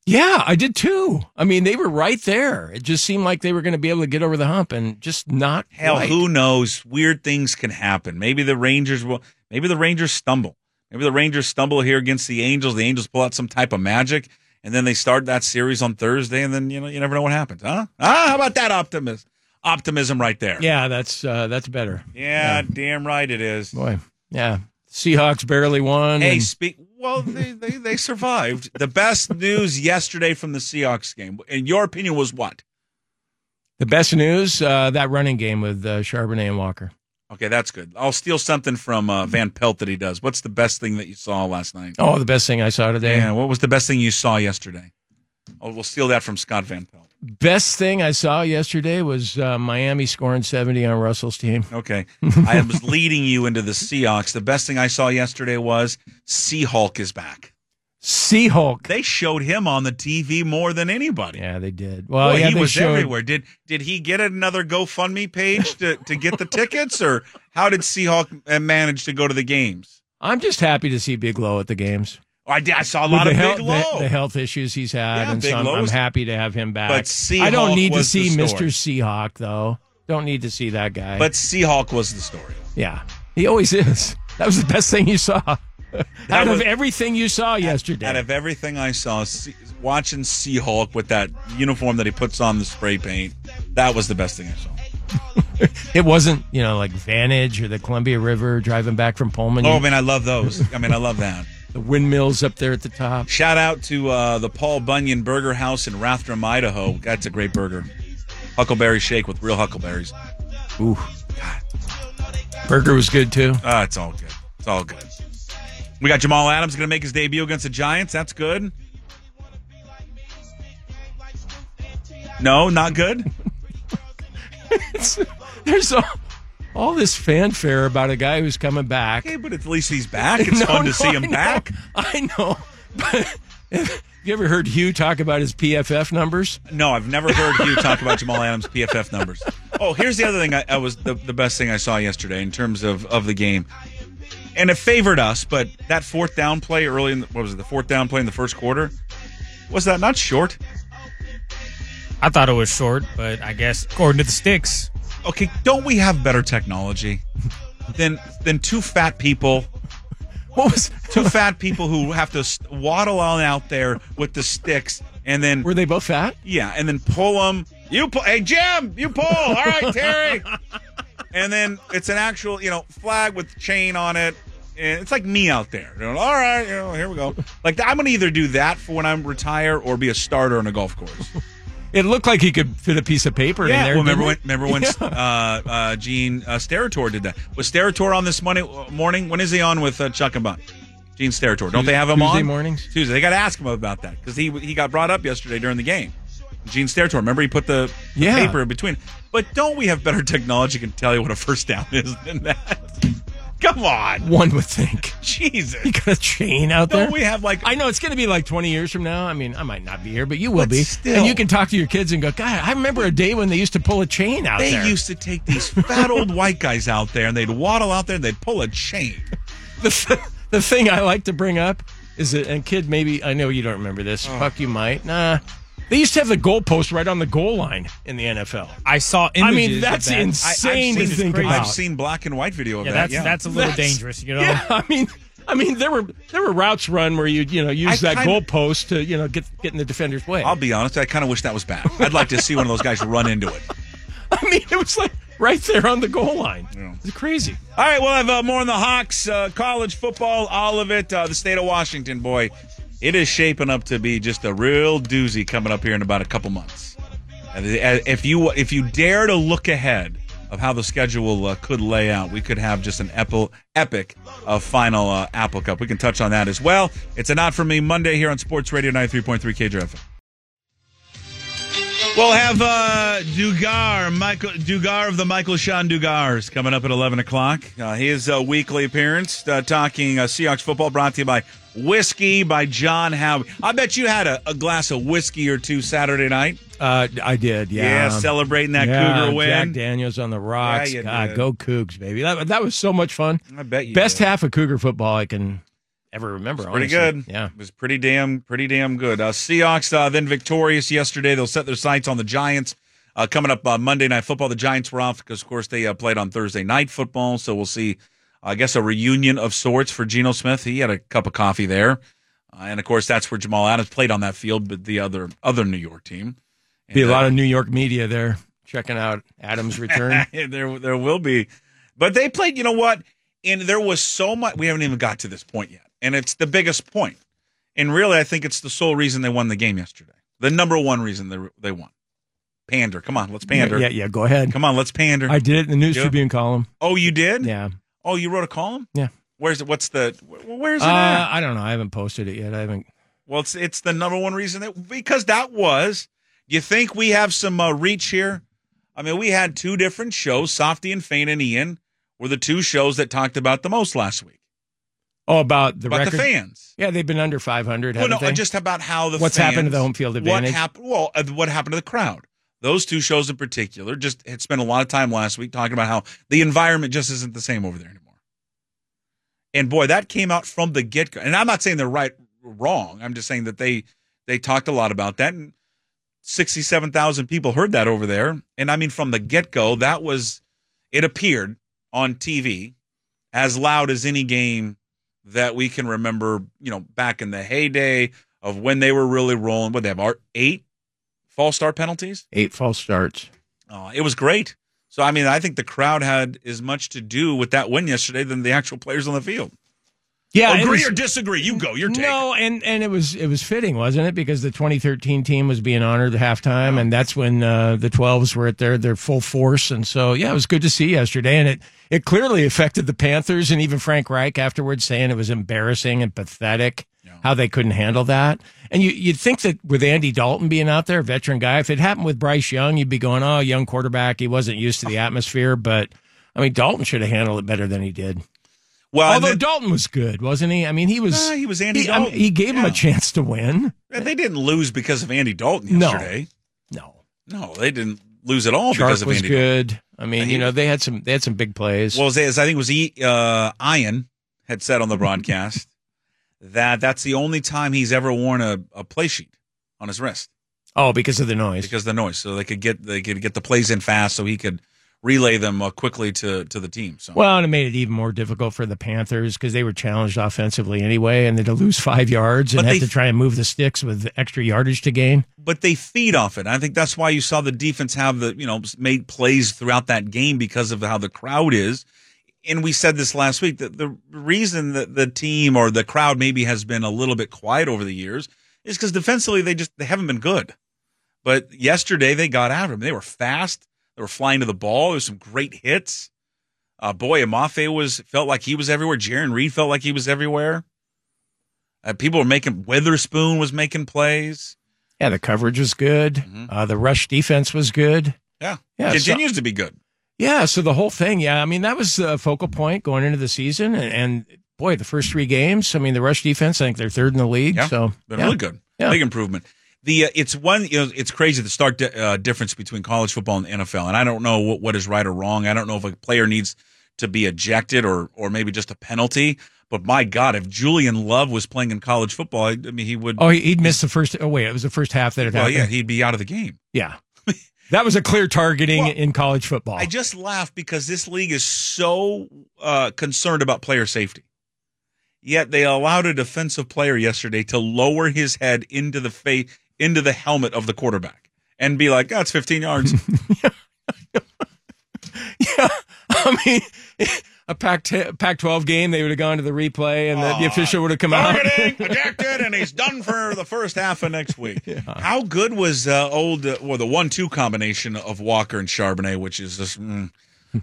Speaker 5: Yeah, I did too. I mean, they were right there. It just seemed like they were going to be able to get over the hump and just not.
Speaker 4: Hell,
Speaker 5: quite.
Speaker 4: who knows? Weird things can happen. Maybe the Rangers will. Maybe the Rangers stumble. Maybe the Rangers stumble here against the Angels. The Angels pull out some type of magic, and then they start that series on Thursday, and then you know you never know what happens, huh? Ah, how about that optimism? Optimism right there.
Speaker 5: Yeah, that's uh, that's better.
Speaker 4: Yeah, damn right it is.
Speaker 5: Boy, yeah. Seahawks barely won.
Speaker 4: Hey,
Speaker 5: and-
Speaker 4: speak. Well, they, they they survived. The best news yesterday from the Seahawks game, in your opinion, was what?
Speaker 5: the best news uh, that running game with uh, Charbonnet and Walker.
Speaker 4: Okay, that's good. I'll steal something from
Speaker 5: Mm-hmm.
Speaker 4: uh, Van Pelt that he does. What's the best thing that you saw last night?
Speaker 5: Oh, the best thing I saw today.
Speaker 4: Yeah, what was the best thing you saw yesterday? Oh, we'll steal that from Scott Van Pelt.
Speaker 5: Best thing I saw yesterday was uh, Miami scoring seventy on Russell's team.
Speaker 4: Okay. I was leading you into the Seahawks. The best thing I saw yesterday was Seahawk is back.
Speaker 5: Seahawk.
Speaker 4: They showed him on the TV more than anybody.
Speaker 5: Yeah, they did. Well,
Speaker 4: Boy,
Speaker 5: yeah,
Speaker 4: he
Speaker 5: they
Speaker 4: was
Speaker 5: showed-
Speaker 4: everywhere. Did did he get another GoFundMe page to, to get the tickets, or how did Seahawk uh, manage to go to the games?
Speaker 5: I'm just happy to see Big Low at the games.
Speaker 4: I, did, I saw a lot
Speaker 5: With the
Speaker 4: of Big
Speaker 5: health-
Speaker 4: Low.
Speaker 5: The, the health issues he's had,
Speaker 4: Yeah,
Speaker 5: and
Speaker 4: Big
Speaker 5: so I'm,
Speaker 4: Low
Speaker 5: I'm
Speaker 4: was-
Speaker 5: happy to have him back.
Speaker 4: But
Speaker 5: I
Speaker 4: Seahawk
Speaker 5: don't need to
Speaker 4: was the
Speaker 5: see Mr.
Speaker 4: story.
Speaker 5: Seahawk though. Don't need to see that guy.
Speaker 4: but Seahawk was the story.
Speaker 5: yeah, he always is. That was the best thing you saw. Out of
Speaker 4: was-
Speaker 5: everything you saw yesterday.
Speaker 4: Out of everything I saw, see, watching Sea Hulk with that uniform that he puts on the spray paint, that was the best thing I saw.
Speaker 5: It wasn't, you know, like Vantage or the Columbia River driving back from Pullman.
Speaker 4: Oh man, I love those. I mean, I love that.
Speaker 5: the windmills up there at the top.
Speaker 4: Shout out to uh, the Paul Bunyan Burger House in Rathdrum, Idaho. That's a great burger. Huckleberry shake with real huckleberries.
Speaker 5: Ooh, God. Burger was good too.
Speaker 4: Ah, it's all good. It's all good. We got Jamal Adams going to make his debut against the Giants. That's good. No, not good.
Speaker 5: It's- there's all, all this fanfare about a guy who's coming back.
Speaker 4: Okay, but at least he's back. It's fun to see him
Speaker 5: I know,
Speaker 4: back.
Speaker 5: I know. But you ever heard Hugh talk about his PFF numbers?
Speaker 4: No, I've never heard you talk about Jamal Adams' PFF numbers. Oh, here's the other thing. I, I was the, the best thing I saw yesterday in terms of of the game, and it favored us. But that fourth down play early in the, what was it? The fourth down play in the first quarter was that not short?
Speaker 3: I thought it was short, but I guess according to the sticks.
Speaker 4: Okay, don't we have better technology than than two fat people?
Speaker 5: What was
Speaker 4: two fat people who have to s- waddle on out there with the sticks and then
Speaker 5: were they both fat?
Speaker 4: Yeah, and then pull them. You pull. Hey, Jim, you pull. All right, Terry. and then it's an actual, you know, flag with chain on it. And it's like me out there. You know, All right, you know, here we go. Like I'm gonna either do that for when I retire or be a starter on a golf course.
Speaker 5: It looked like he could fit a piece of paper in
Speaker 4: Yeah,
Speaker 5: there.
Speaker 4: well, remember when
Speaker 5: didn't it?
Speaker 4: remember when uh, uh, Gene uh, Steratore did that? Was Steratore on this morning? Morning? When is he on with uh, Chuck and Buck? Gene Steratore. Don't they have him
Speaker 5: Tuesday
Speaker 4: on
Speaker 5: mornings?
Speaker 4: Tuesday. They got to ask him about that because he he got brought up yesterday during the game. Gene Steratore. Remember he put the, the
Speaker 5: Yeah.
Speaker 4: paper in between. But don't we have better technology can tell you what a first down is than that? Come on,
Speaker 5: One would think.
Speaker 4: Jesus!
Speaker 5: You got a chain out
Speaker 4: Don't
Speaker 5: there.
Speaker 4: we have like
Speaker 5: I know it's going to be like 20 years from now. I mean, I might not be here, but you will
Speaker 4: But
Speaker 5: be.
Speaker 4: still.
Speaker 5: And you can talk to your kids and go, God, I remember a day when they used to pull a chain out
Speaker 4: They
Speaker 5: there.
Speaker 4: used to take these fat old white guys out there and they'd waddle out there and they'd pull a chain.
Speaker 5: the, th- the thing I like to bring up is that, and kid, maybe I know you don't remember this.
Speaker 4: Oh.
Speaker 5: Fuck, you might. Nah. They used to have the goalpost right on the goal line in the NFL.
Speaker 3: I saw
Speaker 5: I
Speaker 3: images.
Speaker 5: mean,
Speaker 3: of
Speaker 5: that's
Speaker 3: that.
Speaker 5: ins-
Speaker 4: I- I've
Speaker 5: Insane
Speaker 4: seen-
Speaker 5: to think about.
Speaker 4: I've seen black and white video of
Speaker 3: Yeah,
Speaker 4: that.
Speaker 3: that's
Speaker 4: yeah.
Speaker 3: that's a little
Speaker 5: That's-
Speaker 3: dangerous, you know.
Speaker 5: Yeah, I mean, I mean, there were there were routes run where you you know use
Speaker 4: I
Speaker 5: that
Speaker 4: kinda-
Speaker 5: goalpost to you know get get in the defender's way.
Speaker 4: I'll be honest. I kind of wish that was back. I'd like to see one of those guys run into it.
Speaker 5: I mean, it was like right there on the goal line.
Speaker 4: Yeah.
Speaker 5: It's crazy.
Speaker 4: All right, we'll have uh, more on the Hawks, uh, college football, all of it. Uh, the state of Washington, boy, it is shaping up to be just a real doozy coming up here in about a couple months. And uh, If you if you dare to look ahead of how the schedule uh, could lay out, we could have just an epi- epic uh, final uh, Apple Cup. We can touch on that as well. It's a not for me Monday here on Sports Radio 93.3 KJRF. We'll have uh, Dugar, Michael Dugar of the Michael Sean Dugars, coming up at eleven o'clock. Uh, his uh, weekly appearance, uh, talking uh, Seahawks football, brought to you by whiskey by John Howie. I bet you had a, a glass of whiskey or two Saturday night.
Speaker 5: Uh, I did. Yeah.
Speaker 4: Yeah, celebrating that
Speaker 5: Yeah,
Speaker 4: Cougar win.
Speaker 5: Jack Daniels on the rocks.
Speaker 4: Yeah, you
Speaker 5: God,
Speaker 4: did.
Speaker 5: go Cougs, baby. That, that was so much fun.
Speaker 4: I bet you
Speaker 5: Best
Speaker 4: did.
Speaker 5: half of Cougar football I can ever remember.
Speaker 4: Pretty
Speaker 5: honestly.
Speaker 4: good.
Speaker 5: Yeah.
Speaker 4: It was pretty damn, pretty damn good. Uh, Seahawks uh, then victorious yesterday. They'll set their sights on the Giants. Uh, coming up uh, Monday Night Football, the Giants were off because, of course, they uh, played on Thursday Night Football. So we'll see, I guess, a reunion of sorts for Geno Smith. He had a cup of coffee there. Uh, and, of course, that's where Jamal Adams played on that field, but the other other New York team. And,
Speaker 5: Be a
Speaker 4: uh,
Speaker 5: lot of New York media there checking out Adams' return.
Speaker 4: there there will be. But they played, you know what? And there was so much we haven't even got to this point yet. And it's the biggest point. And really I think it's the sole reason they won the game yesterday. The number one reason they they won. Pander. Come on, let's pander.
Speaker 5: Yeah, yeah. Go ahead.
Speaker 4: Come on, let's pander.
Speaker 5: I did it in the News
Speaker 4: Yeah.
Speaker 5: Tribune column.
Speaker 4: Oh, you did?
Speaker 5: Yeah.
Speaker 4: Oh, you wrote a column?
Speaker 5: Yeah.
Speaker 4: Where's it what's the wh- where's
Speaker 5: Uh,
Speaker 4: it at?
Speaker 5: I don't know. I haven't posted it yet. I haven't.
Speaker 4: Well, it's it's the number one reason that because that was. You think we have some uh, reach here? I mean, we had two different shows, Softy and Fain and Ian, were the two shows that talked about the most last week
Speaker 5: Oh, about the
Speaker 4: about
Speaker 5: record.
Speaker 4: the fans.
Speaker 5: Yeah, they've been under 500.
Speaker 4: Well,
Speaker 5: Haven't
Speaker 4: no, uh,
Speaker 5: they?
Speaker 4: just about how the
Speaker 5: What's
Speaker 4: fans,
Speaker 5: happened to the home field advantage?
Speaker 4: What happened? Well, uh, what happened to the crowd? Those two shows in particular just had spent a lot of time last week talking about how the environment just isn't the same over there anymore. And boy, that came out from the get go. And I'm not saying they're right or wrong. I'm just saying that they they talked a lot about that, and sixty seven thousand people heard that over there. And I mean, from the get go, that was it appeared on TV as loud as any game that we can remember, you know, back in the heyday of when they were really rolling. What they have, our eight false start penalties?
Speaker 5: Eight false starts.
Speaker 4: Uh, it was great. So, I mean, I think the crowd had as much to do with that win yesterday than the actual players on the field.
Speaker 5: Yeah, it
Speaker 4: Agree
Speaker 5: was-
Speaker 4: or disagree? You go. Your take.
Speaker 5: No, and and it was it was fitting, wasn't it? Because the 2013 team was being honored at halftime, and that's when uh, the 12s were at their their full force. And so, yeah, it was good to see yesterday, and it it clearly affected the Panthers, and even Frank Reich afterwards saying it was embarrassing and pathetic how they couldn't handle that. And you you'd think that with Andy Dalton being out there, a veteran guy, if it happened with Bryce Young, you'd be going, oh, young quarterback, he wasn't used to the atmosphere, but. I mean, Dalton should have handled it better than he did.
Speaker 4: Well,
Speaker 5: although Dalton was good, wasn't he? I mean, he was.
Speaker 4: Uh, Nah, he was Andy
Speaker 5: he, I mean,
Speaker 4: Dalton.
Speaker 5: he gave him
Speaker 4: Yeah.
Speaker 5: a chance to win.
Speaker 4: They didn't lose because of Andy Dalton
Speaker 5: No.
Speaker 4: yesterday.
Speaker 5: No.
Speaker 4: No, they didn't lose at all
Speaker 5: Sharp
Speaker 4: Oh, because of
Speaker 5: was
Speaker 4: Andy
Speaker 5: good. I mean, you know, they had some they had some big plays.
Speaker 4: Well, as as I think it was E- uh, Ian had said on the broadcast that that's the only time he's ever worn a, a play sheet on his wrist
Speaker 5: oh, because of the noise.
Speaker 4: because of the noise, so they could get they could get the plays in fast, so he could relay them uh, quickly to to the team. So
Speaker 5: Well, and it made it even more difficult for the Panthers because they were challenged offensively anyway, and they had to lose five yards and
Speaker 4: But
Speaker 5: had
Speaker 4: they-
Speaker 5: to try and move the sticks with extra yardage to gain.
Speaker 4: but they feed off it. I think that's why you saw the defense have the you know made plays throughout that game because of how the crowd is. And we said this last week that the reason that the team or the crowd maybe has been a little bit quiet over the years is because defensively they just they haven't been good. But yesterday they got after them. They were fast. They were flying to the ball. There was some great hits. Uh, boy, Amafe was felt like he was everywhere. Jaron Reed felt like he was everywhere. Uh, people were making. Witherspoon was making plays.
Speaker 5: Yeah, the coverage was good.
Speaker 4: Mm-hmm.
Speaker 5: Uh, the rush defense was good.
Speaker 4: Yeah.
Speaker 5: Yeah,
Speaker 4: Continues
Speaker 5: so-
Speaker 4: to be good.
Speaker 5: Yeah, so the whole thing, yeah, I mean that was the focal point going into the season, and, and boy, the first three games. I mean, the rush defense, I think they're third in the league.
Speaker 4: Yeah.
Speaker 5: So
Speaker 4: Been
Speaker 5: yeah.
Speaker 4: really good.
Speaker 5: Yeah.
Speaker 4: Big improvement. The uh, it's one you know it's crazy the stark di- uh, difference between college football and NFL, and I don't know what, what is right or wrong. I don't know if a player needs to be ejected or or maybe just a penalty. But my God, if Julian Love was playing in college football, I, I mean he would.
Speaker 5: Oh, he- he'd missed the first. Oh, wait, it was the first half that had
Speaker 4: well,
Speaker 5: happened.
Speaker 4: yeah, he'd be out of the game.
Speaker 5: Yeah. That was a clear targeting in college football.
Speaker 4: I just laugh because this league is so uh, concerned about player safety. Yet they allowed a defensive player yesterday to lower his head into the face into the helmet of the quarterback and be like, "That's 15 yards."
Speaker 5: I mean, a Pac Pac 12 game, they would have gone to the replay and the, the official would have come out.
Speaker 4: Targeting, ejected, and he's done for the first half of next week. How good was uh, old uh, well the one-two combination of Walker and Charbonnet, which is just, mm.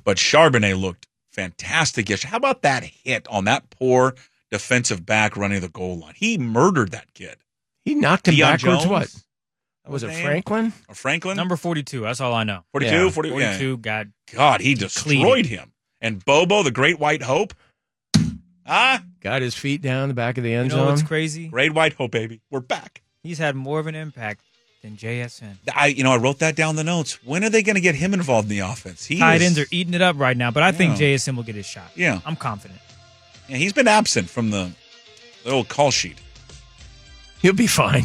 Speaker 4: but Charbonnet looked fantastic yesterday. How about that hit on that poor defensive back running the goal line? He murdered that kid.
Speaker 5: He knocked him
Speaker 4: Deion
Speaker 5: backwards.
Speaker 4: Jones?
Speaker 5: What? Was it
Speaker 4: His name?
Speaker 5: Franklin?
Speaker 4: Or Franklin?
Speaker 3: Number 42. That's all I know.
Speaker 4: 42,
Speaker 3: Yeah.
Speaker 4: 40 yeah.
Speaker 3: 42 got
Speaker 4: God, he destroyed
Speaker 3: Cleated.
Speaker 4: him. And Bobo, the great white hope. Ah,
Speaker 5: Got his feet down the back of the end
Speaker 3: You know what's
Speaker 5: zone.
Speaker 3: crazy?
Speaker 4: great white hope, baby. We're back.
Speaker 3: He's had more of an impact than JSN.
Speaker 4: I, you know, I wrote that down the notes. When are they going to get him involved in the offense? He is-
Speaker 3: Tight ends are eating it up right now, but I think
Speaker 4: Yeah.
Speaker 3: JSN will get his shot.
Speaker 4: Yeah.
Speaker 3: I'm confident.
Speaker 4: Yeah, he's been absent from the, the old call sheet.
Speaker 5: He'll be fine.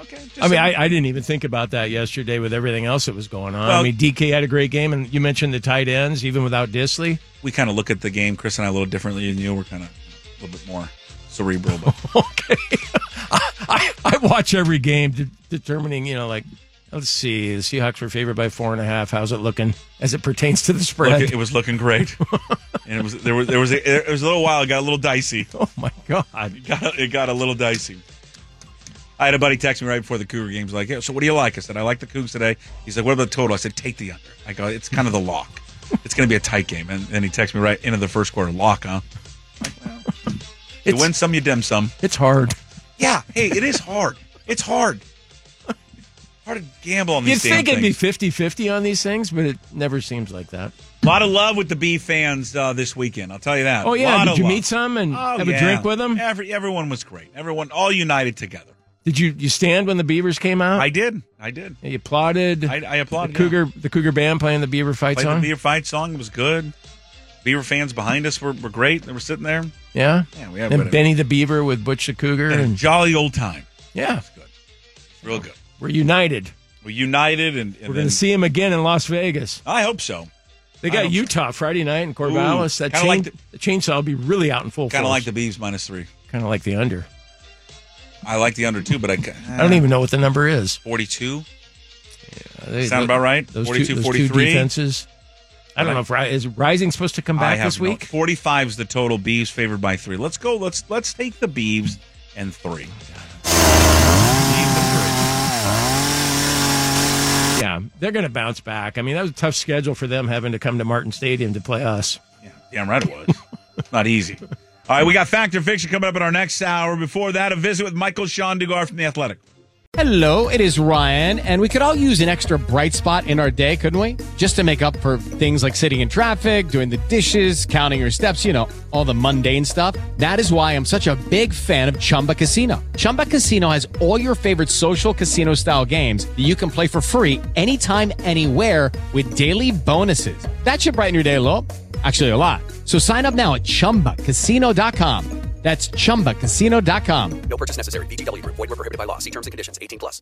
Speaker 4: okay.
Speaker 5: I mean, I, I didn't even think about that yesterday with everything else that was going on.
Speaker 4: Well-
Speaker 5: I mean, DK had a great game, and you mentioned the tight ends, even without Disley.
Speaker 4: we kind of look at the game, Chris and I, a little differently than you. We're kind of a little bit more cerebral. But
Speaker 5: I, I watch every game, de- determining, you know, like, let's see, the Seahawks were favored by four and a half. How's it looking as it pertains to the spread?
Speaker 4: Look, it was looking great, and it was there was there was a, it was a little while. It got a little dicey.
Speaker 5: Oh my god,
Speaker 4: it got it got a little dicey. I had a buddy text me right before the Cougar game. He's like, "Yeah, so what do you like?" I said, "I like the Cougs today." He's like, "What about the total?" I said, "Take the under." I go, "It's kind of the lock. It's going to be a tight game." And then he texted me right into the first quarter, "Lock, huh?" Like, well, you
Speaker 5: It's-
Speaker 4: win some, you dim some.
Speaker 5: it's hard.
Speaker 4: Yeah, hey, it is hard. It's hard. Hard to gamble on
Speaker 5: You'd
Speaker 4: these damn
Speaker 5: think it'd be
Speaker 4: things.
Speaker 5: 50 50 on these things, but it never seems like that.
Speaker 4: A lot of love with the B fans uh, this weekend. I'll tell you that.
Speaker 5: Oh, yeah.
Speaker 4: Lot
Speaker 5: Did
Speaker 4: of
Speaker 5: you
Speaker 4: love.
Speaker 5: meet some and
Speaker 4: Oh,
Speaker 5: have
Speaker 4: yeah.
Speaker 5: a drink with them?
Speaker 4: Every, everyone was great. Everyone all united together.
Speaker 5: Did you, you stand when the Beavers came out?
Speaker 4: I did. I did.
Speaker 5: You applauded.
Speaker 4: I, I applauded.
Speaker 5: the Cougar, the Cougar band playing the Beaver
Speaker 4: yeah.
Speaker 5: fight
Speaker 4: Played
Speaker 5: song.
Speaker 4: the Beaver fight song. It was good. Beaver fans behind us were, were great. They were sitting there.
Speaker 5: yeah,
Speaker 4: Yeah, we had
Speaker 5: and
Speaker 4: whatever.
Speaker 5: Benny the Beaver with Butch the Cougar,
Speaker 4: Had a
Speaker 5: and
Speaker 4: jolly old time.
Speaker 5: yeah,
Speaker 4: Real good.
Speaker 5: we're united.
Speaker 4: We're united and, and
Speaker 5: We're
Speaker 4: then,
Speaker 5: going to see him again in Las Vegas.
Speaker 4: I hope so.
Speaker 5: They got Utah Friday night in Corvallis. that
Speaker 4: kinda
Speaker 5: chain,
Speaker 4: like
Speaker 5: the chainsaw will be really out in full
Speaker 4: Kind of like
Speaker 5: force.
Speaker 4: the Beavs minus three.
Speaker 5: kind of like the under.
Speaker 4: I like the under too, but I, ca-
Speaker 5: I don't even know what the number is.
Speaker 4: 42.
Speaker 5: They-
Speaker 4: Sound about right?
Speaker 5: Those
Speaker 4: 42,
Speaker 5: two, those
Speaker 4: 43?
Speaker 5: two defenses. I don't know if Ri- is Rising supposed to come
Speaker 4: I
Speaker 5: back
Speaker 4: have
Speaker 5: this
Speaker 4: no-
Speaker 5: week.
Speaker 4: 45 is the total. Beavs favored by three. Let's go. Let's let's take the Beavs and three.
Speaker 5: Yeah, they're going to bounce back. I mean, that was a tough schedule for them having to come to Martin Stadium to play us.
Speaker 4: Damn right it was. Not easy. All right, we got Fact or Fiction coming up in our next hour. Before that, a visit with Michael Sean Dugar from The Athletic.
Speaker 12: Hello, it is Ryan, and we could all use an extra bright spot in our day, couldn't we? Just to make up for things like sitting in traffic, doing the dishes, counting your steps, you know, all the mundane stuff. That is why I'm such a big fan of Chumba Casino. Chumba Casino has all your favorite social casino style games that you can play for free anytime, anywhere with daily bonuses. That should brighten your day a little. Actually, a lot. So sign up now at chumbacasino.com. That's chumbacasino.com.
Speaker 13: No purchase necessary. VGW Group. Void were prohibited by law. See terms and conditions. 18 plus.